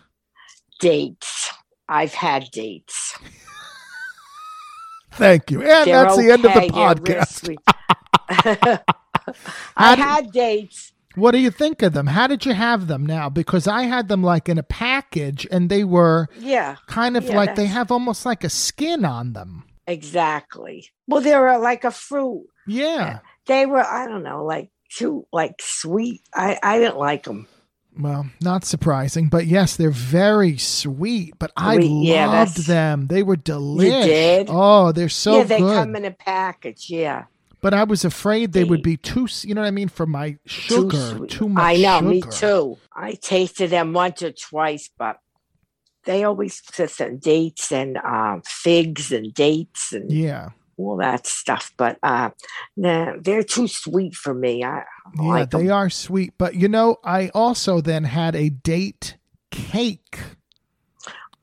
[SPEAKER 2] Dates. I've had dates.
[SPEAKER 1] Thank you, and
[SPEAKER 2] They're
[SPEAKER 1] that's the end of the
[SPEAKER 2] okay, they're real
[SPEAKER 1] podcast.
[SPEAKER 2] sweet.
[SPEAKER 1] How
[SPEAKER 2] I
[SPEAKER 1] did-
[SPEAKER 2] had dates.
[SPEAKER 1] What do you think of them? How did you have them now? Because I had them like in a package and they were
[SPEAKER 2] Yeah,
[SPEAKER 1] kind of
[SPEAKER 2] Yeah,
[SPEAKER 1] like they
[SPEAKER 2] that's-
[SPEAKER 1] have almost like a skin on them.
[SPEAKER 2] exactly. Well, they were like a fruit.
[SPEAKER 1] Yeah.
[SPEAKER 2] They were, I don't know, like too like sweet. I I didn't like them.
[SPEAKER 1] Well, not surprising, but yes, they're very sweet. But I
[SPEAKER 2] Sweet, yeah,
[SPEAKER 1] loved
[SPEAKER 2] that's-
[SPEAKER 1] them. They were delicious.
[SPEAKER 2] did?
[SPEAKER 1] Oh, they're so
[SPEAKER 2] yeah, they
[SPEAKER 1] good.
[SPEAKER 2] come in a package. Yeah,
[SPEAKER 1] but I was afraid they would
[SPEAKER 2] They-
[SPEAKER 1] be too, s- you know what I mean, for my
[SPEAKER 2] Too
[SPEAKER 1] sugar, too,
[SPEAKER 2] sweet.
[SPEAKER 1] much.
[SPEAKER 2] I know, me
[SPEAKER 1] sugar.
[SPEAKER 2] too. I tasted them once or twice, but they always put some dates and um, figs and dates and
[SPEAKER 1] Yeah,
[SPEAKER 2] all that stuff. But uh, nah, they're too sweet for me. Oh, I,
[SPEAKER 1] yeah,
[SPEAKER 2] like
[SPEAKER 1] they
[SPEAKER 2] 'em.
[SPEAKER 1] are sweet. But you know, I also then had a date cake.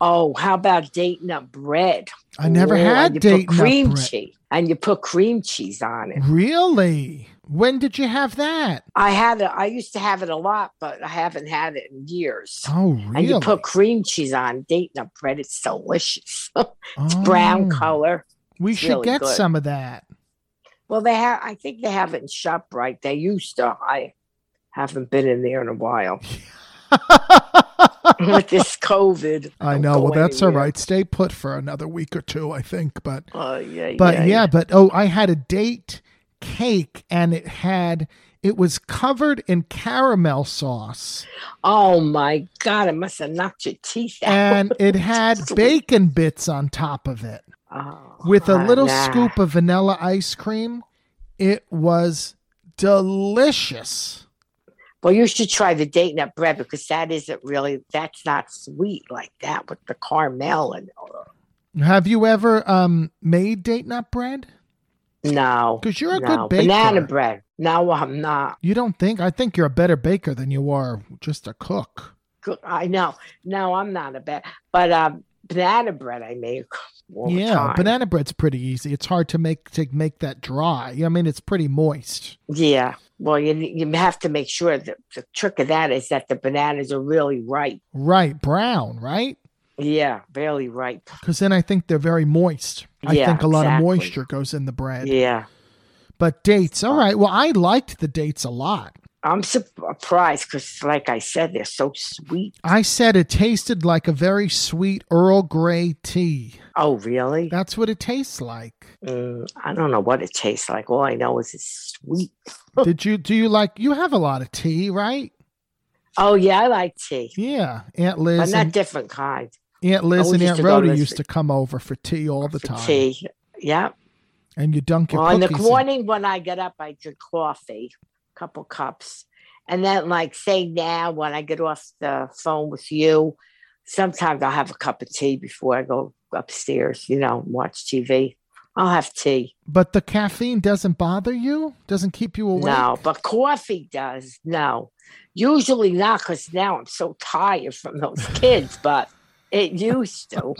[SPEAKER 2] Oh, how about dating up bread?
[SPEAKER 1] I never
[SPEAKER 2] Ooh, and
[SPEAKER 1] had
[SPEAKER 2] you
[SPEAKER 1] date
[SPEAKER 2] put cream
[SPEAKER 1] nut bread.
[SPEAKER 2] cheese, and you put cream cheese on it.
[SPEAKER 1] Really? When did you have that?
[SPEAKER 2] I had it. I used to have it a lot, but I haven't had it in years.
[SPEAKER 1] Oh, really?
[SPEAKER 2] And you put cream cheese on date nut bread. It's delicious. it's brown
[SPEAKER 1] Oh.
[SPEAKER 2] color.
[SPEAKER 1] We
[SPEAKER 2] It's
[SPEAKER 1] should
[SPEAKER 2] really
[SPEAKER 1] get
[SPEAKER 2] good.
[SPEAKER 1] some of that.
[SPEAKER 2] Well, they have. I think they have it in Shoprite. They used to. I haven't been in there in a while with this COVID.
[SPEAKER 1] I
[SPEAKER 2] don't
[SPEAKER 1] know.
[SPEAKER 2] go
[SPEAKER 1] Well, that's all
[SPEAKER 2] anywhere.
[SPEAKER 1] right. Stay put for another week or two, I think. But
[SPEAKER 2] Oh yeah,
[SPEAKER 1] but yeah, but oh, I had a date cake, and it had it was covered in caramel sauce,
[SPEAKER 2] Oh my God! It must have knocked your teeth out.
[SPEAKER 1] and it had
[SPEAKER 2] Sweet.
[SPEAKER 1] bacon bits on top of it
[SPEAKER 2] Oh,
[SPEAKER 1] with a
[SPEAKER 2] uh,
[SPEAKER 1] little
[SPEAKER 2] nah.
[SPEAKER 1] scoop of vanilla ice cream. It was delicious.
[SPEAKER 2] Well, you should try the date nut bread because that isn't really that's not sweet like that with the caramel and
[SPEAKER 1] Have you ever um made date nut bread?
[SPEAKER 2] no,
[SPEAKER 1] Because you're a
[SPEAKER 2] no
[SPEAKER 1] good baker.
[SPEAKER 2] banana bread. No, I'm not.
[SPEAKER 1] You don't think? I think you're a better baker than you are just a cook.
[SPEAKER 2] Good- I know. No, I'm not a bad. But um, banana bread I make. all the
[SPEAKER 1] yeah,
[SPEAKER 2] time.
[SPEAKER 1] banana bread's pretty easy. It's hard to make to make that dry. I mean, it's pretty moist.
[SPEAKER 2] Yeah. Well, you you have to make sure that the trick of that is that the bananas are really ripe.
[SPEAKER 1] Right, brown, right?
[SPEAKER 2] Yeah, really ripe.
[SPEAKER 1] Because then I think they're very moist. I
[SPEAKER 2] Yeah,
[SPEAKER 1] think a lot
[SPEAKER 2] exactly.
[SPEAKER 1] of moisture goes in the bread.
[SPEAKER 2] Yeah.
[SPEAKER 1] But dates, all right. Well, I liked the dates a lot.
[SPEAKER 2] I'm surprised because, like I said, they're so sweet.
[SPEAKER 1] I said it tasted like a very sweet Earl Grey tea.
[SPEAKER 2] Oh, really?
[SPEAKER 1] That's what it tastes like.
[SPEAKER 2] Mm, I don't know what it tastes like. All I know is it's sweet.
[SPEAKER 1] Did you do you like you have a lot of tea, right?
[SPEAKER 2] Oh yeah, I like tea,
[SPEAKER 1] Yeah, Aunt
[SPEAKER 2] but
[SPEAKER 1] Liz
[SPEAKER 2] not
[SPEAKER 1] and
[SPEAKER 2] different kind.
[SPEAKER 1] Aunt Liz
[SPEAKER 2] we
[SPEAKER 1] and
[SPEAKER 2] used
[SPEAKER 1] Aunt
[SPEAKER 2] to go
[SPEAKER 1] Rhoda
[SPEAKER 2] to this-
[SPEAKER 1] used to come over for tea all the
[SPEAKER 2] for
[SPEAKER 1] time.
[SPEAKER 2] Tea. Yeah.
[SPEAKER 1] And you dunk your
[SPEAKER 2] Well, in the
[SPEAKER 1] cookies. in-
[SPEAKER 2] morning when I get up, I drink coffee, couple cups, and then like say now when I get off the phone with you, sometimes I'll have a cup of tea before I go upstairs. You know, and watch TV. I'll have tea.
[SPEAKER 1] But the caffeine doesn't bother you? Doesn't keep you awake?
[SPEAKER 2] No, but coffee does. No, usually not because now I'm so tired from those kids, but it used to.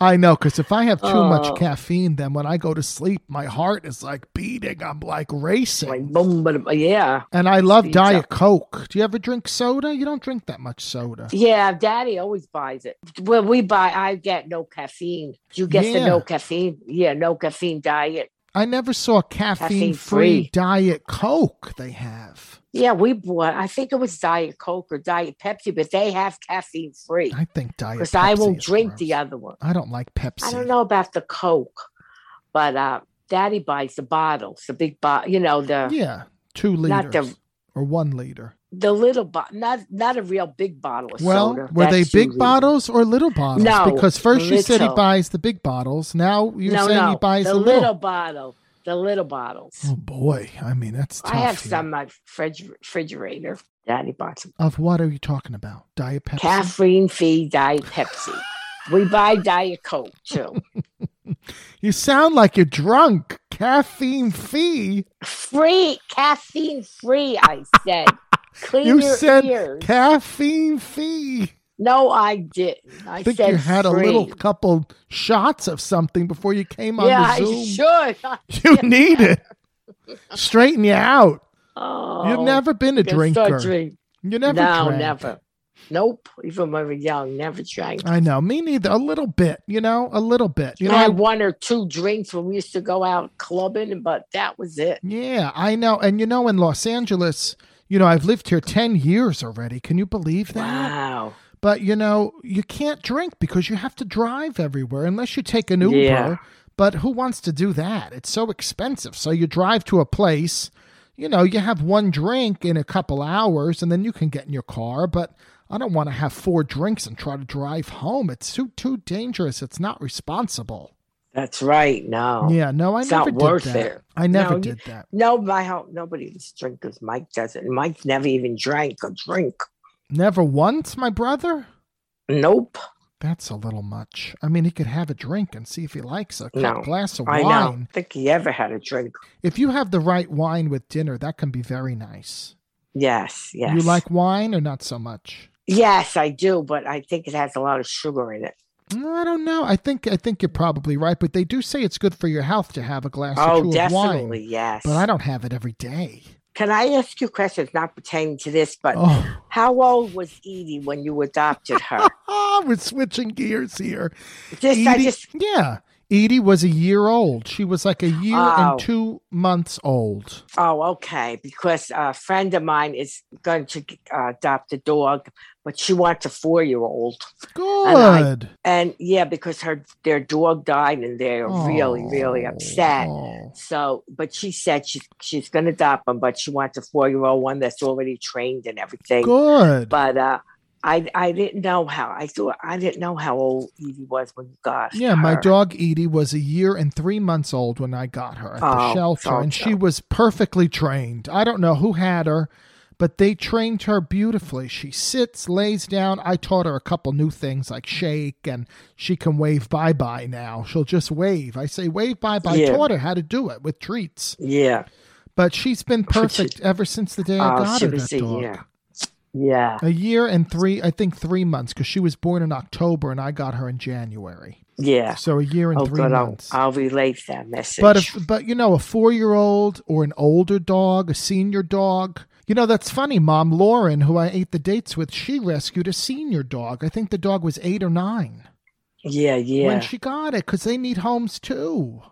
[SPEAKER 1] I know, because if I have too
[SPEAKER 2] Oh.
[SPEAKER 1] much caffeine, then when I go to sleep, my heart is like beating. I'm like racing.
[SPEAKER 2] Like, boom, but yeah.
[SPEAKER 1] and I love
[SPEAKER 2] speeds
[SPEAKER 1] Diet
[SPEAKER 2] up.
[SPEAKER 1] Coke. Do you ever drink soda? You don't drink that much soda.
[SPEAKER 2] Yeah, daddy always buys it. When we buy, I get no caffeine. You get the
[SPEAKER 1] Yeah.
[SPEAKER 2] no caffeine? Yeah, no caffeine diet.
[SPEAKER 1] I never saw caffeine free
[SPEAKER 2] Caffeine-free.
[SPEAKER 1] Diet Coke they have.
[SPEAKER 2] Yeah, we bought, I think it was Diet Coke or Diet Pepsi, but they have caffeine free
[SPEAKER 1] I think Diet
[SPEAKER 2] because I
[SPEAKER 1] Pepsi
[SPEAKER 2] won't
[SPEAKER 1] is
[SPEAKER 2] drink
[SPEAKER 1] gross.
[SPEAKER 2] the other one.
[SPEAKER 1] I don't like Pepsi.
[SPEAKER 2] I don't know about the Coke, but uh, daddy buys the bottles, the big bottle, you know, the
[SPEAKER 1] Yeah, two
[SPEAKER 2] Not
[SPEAKER 1] liters
[SPEAKER 2] the-
[SPEAKER 1] or one liter.
[SPEAKER 2] the little bottle, not, not a real big bottle of
[SPEAKER 1] Well,
[SPEAKER 2] soda.
[SPEAKER 1] were they
[SPEAKER 2] That's
[SPEAKER 1] big
[SPEAKER 2] usually-
[SPEAKER 1] bottles or little bottles?
[SPEAKER 2] No,
[SPEAKER 1] because first you said he
[SPEAKER 2] little.
[SPEAKER 1] buys the big bottles. Now you're
[SPEAKER 2] no,
[SPEAKER 1] saying
[SPEAKER 2] no,
[SPEAKER 1] he buys
[SPEAKER 2] the
[SPEAKER 1] the
[SPEAKER 2] little, bottle, the little bottles.
[SPEAKER 1] Oh boy, I mean that's tough.
[SPEAKER 2] I have
[SPEAKER 1] here.
[SPEAKER 2] some in my fridge, refrigerator. Daddy bought some
[SPEAKER 1] Of what are you talking about? Diet Pepsi.
[SPEAKER 2] caffeine free Diet Pepsi. we buy Diet Coke too.
[SPEAKER 1] You sound like you're drunk. Caffeine fee.
[SPEAKER 2] Free, caffeine free, I said. Clean
[SPEAKER 1] you
[SPEAKER 2] your
[SPEAKER 1] said
[SPEAKER 2] ears.
[SPEAKER 1] caffeine fee.
[SPEAKER 2] no, I didn't. I
[SPEAKER 1] I think
[SPEAKER 2] said
[SPEAKER 1] you had a
[SPEAKER 2] free.
[SPEAKER 1] little couple shots of something before you came on
[SPEAKER 2] Yeah,
[SPEAKER 1] the
[SPEAKER 2] I
[SPEAKER 1] Zoom.
[SPEAKER 2] should.
[SPEAKER 1] You need it. Straighten you out.
[SPEAKER 2] Oh,
[SPEAKER 1] You've never been a
[SPEAKER 2] can
[SPEAKER 1] drinker.
[SPEAKER 2] start drink-
[SPEAKER 1] You never
[SPEAKER 2] no,
[SPEAKER 1] drank.
[SPEAKER 2] never. Nope. Even when we were young, never drank.
[SPEAKER 1] I know. Me neither. A little bit, you know, a little bit. Uh, You know,
[SPEAKER 2] I
[SPEAKER 1] I-
[SPEAKER 2] had one or two drinks when we used to go out clubbing, but that was it.
[SPEAKER 1] yeah, I know. And you know, in Los Angeles, you know, I've lived here 10 years already. Can you believe that?
[SPEAKER 2] Wow.
[SPEAKER 1] But, you know, you can't drink because you have to drive everywhere unless you take an Uber.
[SPEAKER 2] Yeah.
[SPEAKER 1] But who wants to do that? It's so expensive. So you drive to a place, you know, you have one drink in a couple hours and then you can get in your car. But I don't want to have four drinks and try to drive home. It's too, too dangerous. It's not responsible.
[SPEAKER 2] That's right. No.
[SPEAKER 1] Yeah, no, I
[SPEAKER 2] Um, It's not
[SPEAKER 1] never did
[SPEAKER 2] worth
[SPEAKER 1] that.
[SPEAKER 2] it.
[SPEAKER 1] I never
[SPEAKER 2] No, you-
[SPEAKER 1] did that.
[SPEAKER 2] No, my house, nobody was drinkers. Mike doesn't. Mike never even drank a drink.
[SPEAKER 1] Never once, my brother?
[SPEAKER 2] Nope.
[SPEAKER 1] That's a little much. I mean, he could have a drink and see if he likes a cup-
[SPEAKER 2] No,
[SPEAKER 1] glass of
[SPEAKER 2] I know. I
[SPEAKER 1] wine.
[SPEAKER 2] don't think he ever had a drink.
[SPEAKER 1] If you have the right wine with dinner, that can be very nice.
[SPEAKER 2] Yes, yes.
[SPEAKER 1] You like wine or not so much?
[SPEAKER 2] Yes, I do, but I think it has a lot of sugar in it.
[SPEAKER 1] Mm, I don't know. I think I think you're probably right, but they do say it's good for your health to have a glass or two
[SPEAKER 2] oh,
[SPEAKER 1] of
[SPEAKER 2] definitely.
[SPEAKER 1] wine.
[SPEAKER 2] Yes.
[SPEAKER 1] But I don't have it every day.
[SPEAKER 2] Can I ask you questions not pertaining to this, but
[SPEAKER 1] Oh,
[SPEAKER 2] how old was Edie when you adopted her?
[SPEAKER 1] oh, we're switching gears here.
[SPEAKER 2] just, I
[SPEAKER 1] Edie-
[SPEAKER 2] just,
[SPEAKER 1] yeah. Edie was a year old. She was like a year
[SPEAKER 2] Oh.
[SPEAKER 1] and two months old.
[SPEAKER 2] oh, okay, because a friend of mine is going to uh, adopt a dog, but she wants a four year old. I-
[SPEAKER 1] Good.
[SPEAKER 2] And yeah, because her their dog died and they're really, really
[SPEAKER 1] Oh,
[SPEAKER 2] upset.
[SPEAKER 1] oh.
[SPEAKER 2] So, but she said she's she's gonna adopt him, but she wants a four year old one that's already trained and everything.
[SPEAKER 1] Good.
[SPEAKER 2] But uh I I didn't know how I thought I didn't know how old Evie was when you got
[SPEAKER 1] yeah, my
[SPEAKER 2] her.
[SPEAKER 1] dog Edie was a year and three months old when I got her at the
[SPEAKER 2] Oh,
[SPEAKER 1] shelter,
[SPEAKER 2] so-
[SPEAKER 1] and she was perfectly trained. I don't know who had her, but they trained her beautifully. She sits, lays down. I taught her a couple new things like shake, and she can wave bye bye now. She'll just wave. I say wave bye bye.
[SPEAKER 2] Yeah.
[SPEAKER 1] Taught her how to do it with treats,
[SPEAKER 2] Yeah,
[SPEAKER 1] but she's been
[SPEAKER 2] But she-
[SPEAKER 1] perfect ever since the day I
[SPEAKER 2] Oh,
[SPEAKER 1] got
[SPEAKER 2] she
[SPEAKER 1] her.
[SPEAKER 2] was
[SPEAKER 1] That
[SPEAKER 2] a
[SPEAKER 1] dog.
[SPEAKER 2] year. yeah,
[SPEAKER 1] A year and three, I think three months, because she was born in October and I got her in January.
[SPEAKER 2] yeah.
[SPEAKER 1] So a year and
[SPEAKER 2] Oh,
[SPEAKER 1] three
[SPEAKER 2] good. I'll,
[SPEAKER 1] months.
[SPEAKER 2] I'll relate that message.
[SPEAKER 1] but if, but you know, a four-year-old or an older dog, a senior dog. You know, that's funny. Mom Lauren, who I ate the dates with, she rescued a senior dog. I think the dog was eight or nine
[SPEAKER 2] yeah, yeah.
[SPEAKER 1] when she got it, because they need homes too.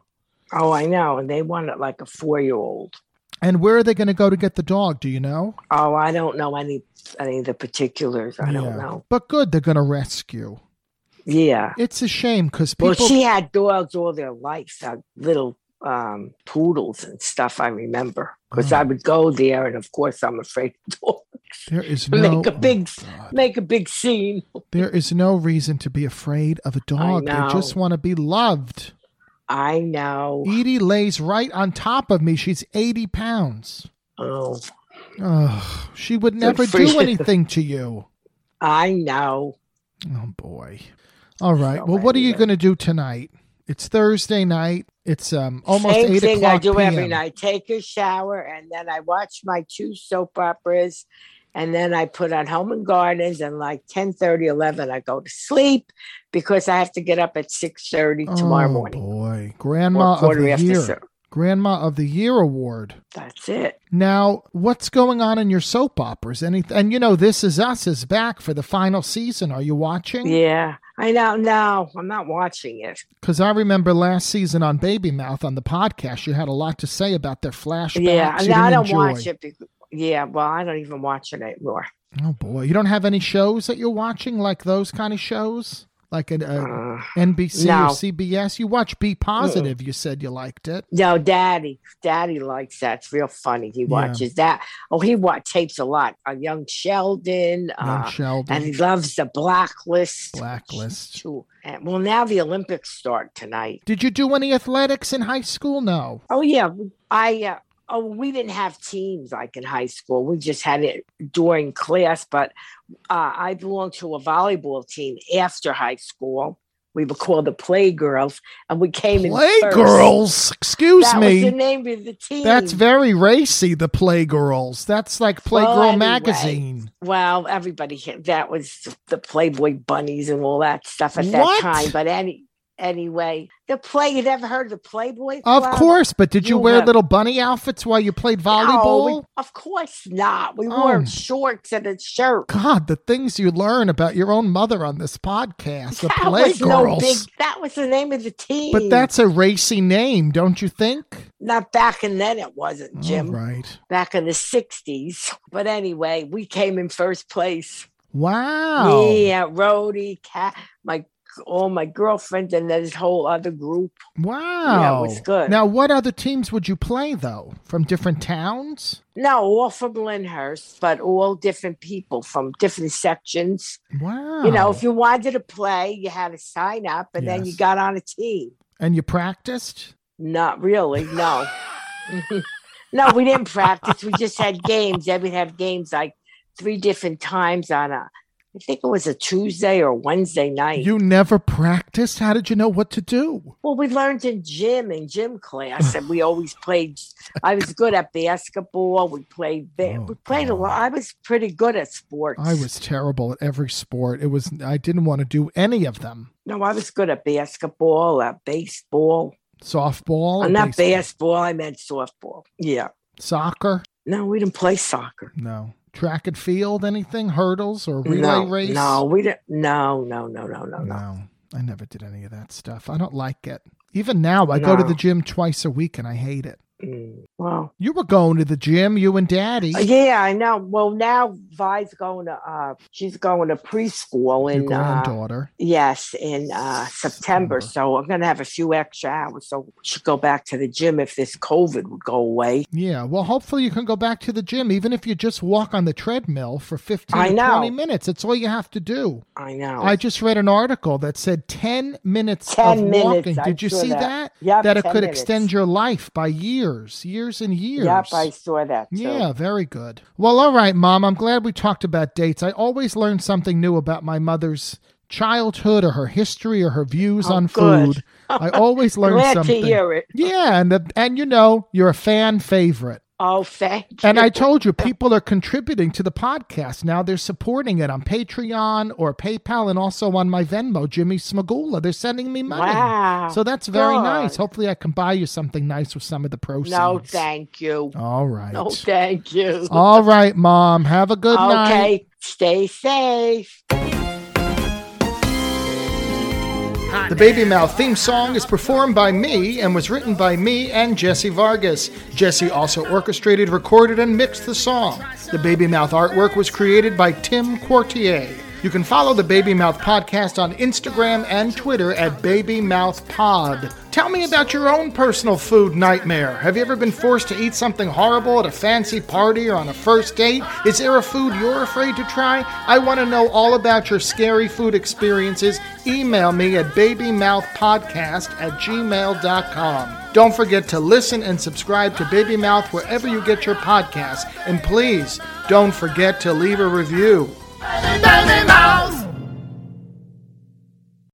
[SPEAKER 2] oh, I know. And they want it like a four year old.
[SPEAKER 1] And where are they going to go to get the dog? Do you know?
[SPEAKER 2] Oh, I don't know any any of the particulars. I
[SPEAKER 1] Yeah.
[SPEAKER 2] don't know.
[SPEAKER 1] But good, they're going to rescue.
[SPEAKER 2] Yeah.
[SPEAKER 1] It's a shame because people.
[SPEAKER 2] Well, she had dogs all their life, uh, little um, poodles and stuff. I remember because
[SPEAKER 1] Oh.
[SPEAKER 2] I would go there, and of course, I'm afraid to talk-
[SPEAKER 1] there is
[SPEAKER 2] make
[SPEAKER 1] no
[SPEAKER 2] a big-
[SPEAKER 1] oh, God.
[SPEAKER 2] make a big scene.
[SPEAKER 1] There is no reason to be afraid of a dog. They
[SPEAKER 2] know.
[SPEAKER 1] just want to be loved.
[SPEAKER 2] I know.
[SPEAKER 1] Edie lays right on top of me. She's 80 pounds.
[SPEAKER 2] Oh,
[SPEAKER 1] Ugh, she would never
[SPEAKER 2] for you.
[SPEAKER 1] do anything to you.
[SPEAKER 2] I know.
[SPEAKER 1] Oh, boy. All right.
[SPEAKER 2] So
[SPEAKER 1] well, what are you
[SPEAKER 2] many.
[SPEAKER 1] going to do tonight? It's Thursday night. It's um almost
[SPEAKER 2] Same
[SPEAKER 1] eight
[SPEAKER 2] thing
[SPEAKER 1] o'clock.
[SPEAKER 2] I do every
[SPEAKER 1] PM.
[SPEAKER 2] night. Take a shower and then I watch my two soap operas and then I put on Home and Gardens and like 10 11 I go to sleep because I have to get up at six thirty tomorrow
[SPEAKER 1] Oh,
[SPEAKER 2] morning.
[SPEAKER 1] Boy,
[SPEAKER 2] or
[SPEAKER 1] Grandma of
[SPEAKER 2] quarter
[SPEAKER 1] the
[SPEAKER 2] after
[SPEAKER 1] Year,
[SPEAKER 2] six.
[SPEAKER 1] Grandma of the Year award.
[SPEAKER 2] That's it.
[SPEAKER 1] Now, what's going on in your soap operas? Any and you know, This Is Us is back for the final season. Are you watching?
[SPEAKER 2] Yeah. I know. No, I'm not watching it.
[SPEAKER 1] Because I remember last season on Baby Mouth on the podcast, you had a lot to say about their flashbacks.
[SPEAKER 2] Yeah.
[SPEAKER 1] you
[SPEAKER 2] no, I
[SPEAKER 1] didn't
[SPEAKER 2] don't
[SPEAKER 1] enjoy.
[SPEAKER 2] watch it. Because, yeah. Well, I don't even watch it anymore.
[SPEAKER 1] Oh boy, you don't have any shows that you're watching like those kind of shows, like an uh,
[SPEAKER 2] Uh,
[SPEAKER 1] NBC or
[SPEAKER 2] no.
[SPEAKER 1] CBS. You watch Be Positive. You said you liked it.
[SPEAKER 2] no, Daddy. Daddy likes that. It's real funny. He watches that. Oh, he watch tapes a lot. Uh, Young Sheldon.
[SPEAKER 1] Young
[SPEAKER 2] Uh,
[SPEAKER 1] Sheldon,
[SPEAKER 2] and he loves the blacklist.
[SPEAKER 1] Blacklist.
[SPEAKER 2] Too. And, well, now the Olympics start tonight.
[SPEAKER 1] Did you do any athletics in high school? No.
[SPEAKER 2] Oh yeah, I. Uh, oh, we didn't have teams like in high school. We just had it during class. But uh, I belonged to a volleyball team after high school. We were called the Playgirls, and we came in
[SPEAKER 1] Play
[SPEAKER 2] first.
[SPEAKER 1] girls. Excuse
[SPEAKER 2] That was
[SPEAKER 1] me.
[SPEAKER 2] the name of the team.
[SPEAKER 1] That's very racy, the Playgirls. That's like Playgirl
[SPEAKER 2] Well, anyway.
[SPEAKER 1] magazine.
[SPEAKER 2] well, everybody hit- that was the Playboy bunnies and all that stuff at that
[SPEAKER 1] What?
[SPEAKER 2] time. But any anyway, the play you'd ever heard of the Playboy?
[SPEAKER 1] Of
[SPEAKER 2] Club?
[SPEAKER 1] course, but did you,
[SPEAKER 2] you
[SPEAKER 1] wear
[SPEAKER 2] have-
[SPEAKER 1] little bunny outfits while you played
[SPEAKER 2] No,
[SPEAKER 1] volleyball?
[SPEAKER 2] we- of course not. We
[SPEAKER 1] Oh.
[SPEAKER 2] wore shorts and a shirt.
[SPEAKER 1] God, the things you learn about your own mother on this podcast, the
[SPEAKER 2] that was no
[SPEAKER 1] Playgirls.
[SPEAKER 2] big. That was the name of the team.
[SPEAKER 1] but that's a racy name, don't you think?
[SPEAKER 2] not back in then. It wasn't Jim.
[SPEAKER 1] All Oh, right.
[SPEAKER 2] Back in the '60s. But anyway, we came in first place.
[SPEAKER 1] Wow.
[SPEAKER 2] Yeah, Rhodey, Cat, my all my girlfriends, and this whole other group. Yeah, it
[SPEAKER 1] Wow.
[SPEAKER 2] was good.
[SPEAKER 1] Now, what other teams would you play though? From different towns?
[SPEAKER 2] No, all from Lyndhurst, but all different people from different sections.
[SPEAKER 1] Wow.
[SPEAKER 2] You know, if you wanted to play, you had to sign up, and then you
[SPEAKER 1] Oh. Yes.
[SPEAKER 2] got on a team.
[SPEAKER 1] and you practiced?
[SPEAKER 2] Not really, no. no, we didn't practice. We just had games. Then we'd have games like three different times on a, I think it was a Tuesday or Wednesday night.
[SPEAKER 1] You never practiced? How did you know what to do?
[SPEAKER 2] well, we learned in gym, in gym class, and we always played. I was good at basketball. We played, ba-
[SPEAKER 1] Oh,
[SPEAKER 2] we played a lot. I was pretty good at sports.
[SPEAKER 1] I was terrible at every sport. It was I didn't want to do any of them.
[SPEAKER 2] No, I was good at basketball, at baseball.
[SPEAKER 1] Softball,
[SPEAKER 2] Uh, not
[SPEAKER 1] base-
[SPEAKER 2] basketball, I meant softball. Yeah.
[SPEAKER 1] soccer,
[SPEAKER 2] No, we didn't play soccer.
[SPEAKER 1] no. Track and field, anything, hurdles or relay
[SPEAKER 2] no,
[SPEAKER 1] race?
[SPEAKER 2] No, we didn't. No, no, no, no, no, no.
[SPEAKER 1] no. I never did any of that stuff. I don't like it. Even now, I go to
[SPEAKER 2] No.
[SPEAKER 1] the gym twice a week and I hate it.
[SPEAKER 2] Mm, Well,
[SPEAKER 1] You were going to the gym, you and Daddy.
[SPEAKER 2] uh, yeah, I know. Well, now Vi's going to, uh, she's going to
[SPEAKER 1] your
[SPEAKER 2] preschool in, uh,
[SPEAKER 1] granddaughter.
[SPEAKER 2] yes, in uh,
[SPEAKER 1] September.
[SPEAKER 2] September. So I'm going to have a few extra hours. So we should go back to the gym if this COVID would go away.
[SPEAKER 1] Yeah, well, hopefully you can go back to the gym, even if you just walk on the treadmill for 15
[SPEAKER 2] I
[SPEAKER 1] to
[SPEAKER 2] know.
[SPEAKER 1] 20 minutes. It's all you have to do.
[SPEAKER 2] I know.
[SPEAKER 1] I just read an article that said 10 minutes
[SPEAKER 2] 10
[SPEAKER 1] of
[SPEAKER 2] minutes,
[SPEAKER 1] walking.
[SPEAKER 2] I
[SPEAKER 1] Did you
[SPEAKER 2] saw
[SPEAKER 1] see
[SPEAKER 2] that.
[SPEAKER 1] that?
[SPEAKER 2] Yep,
[SPEAKER 1] that it
[SPEAKER 2] 10
[SPEAKER 1] could
[SPEAKER 2] minutes.
[SPEAKER 1] extend your life by years, years and years.
[SPEAKER 2] Yep, I saw that. Too.
[SPEAKER 1] Yeah, very good. Well, all right, Mom. I'm glad we talked about dates. I always learn something new about my mother's childhood or her history or her views
[SPEAKER 2] Oh,
[SPEAKER 1] on
[SPEAKER 2] good.
[SPEAKER 1] food. I always learn
[SPEAKER 2] Glad
[SPEAKER 1] something.
[SPEAKER 2] to hear it.
[SPEAKER 1] Yeah, and the, and you know, you're a fan favorite.
[SPEAKER 2] Oh, thank
[SPEAKER 1] And
[SPEAKER 2] you.
[SPEAKER 1] I told you, people are contributing to the podcast now. They're supporting it on Patreon or PayPal, and also on my Venmo, Jimmy Smagula. They're sending me money,
[SPEAKER 2] Wow.
[SPEAKER 1] so that's very
[SPEAKER 2] good.
[SPEAKER 1] nice. Hopefully, I can buy you something nice with some of the proceeds.
[SPEAKER 2] No, thank you.
[SPEAKER 1] All right.
[SPEAKER 2] No, thank you.
[SPEAKER 1] All right, Mom. Have a good night.
[SPEAKER 2] okay, stay safe.
[SPEAKER 1] The Baby Mouth theme song is performed by me and was written by me and Jesse Vargas. Jesse also orchestrated, recorded, and mixed the song. The Baby Mouth artwork was created by Tim Quartier. You can follow the Baby Mouth podcast on Instagram and Twitter at Baby Mouth Pod. Tell me about your own personal food nightmare. Have you ever been forced to eat something horrible at a fancy party or on a first date? Is there a food you're afraid to try? I want to know all about your scary food experiences. Email me at babymouthpodcast at gmail.com. Don't forget to listen and subscribe to Baby Mouth wherever you get your podcasts. And please don't forget to leave a review.
[SPEAKER 3] Baby mouth.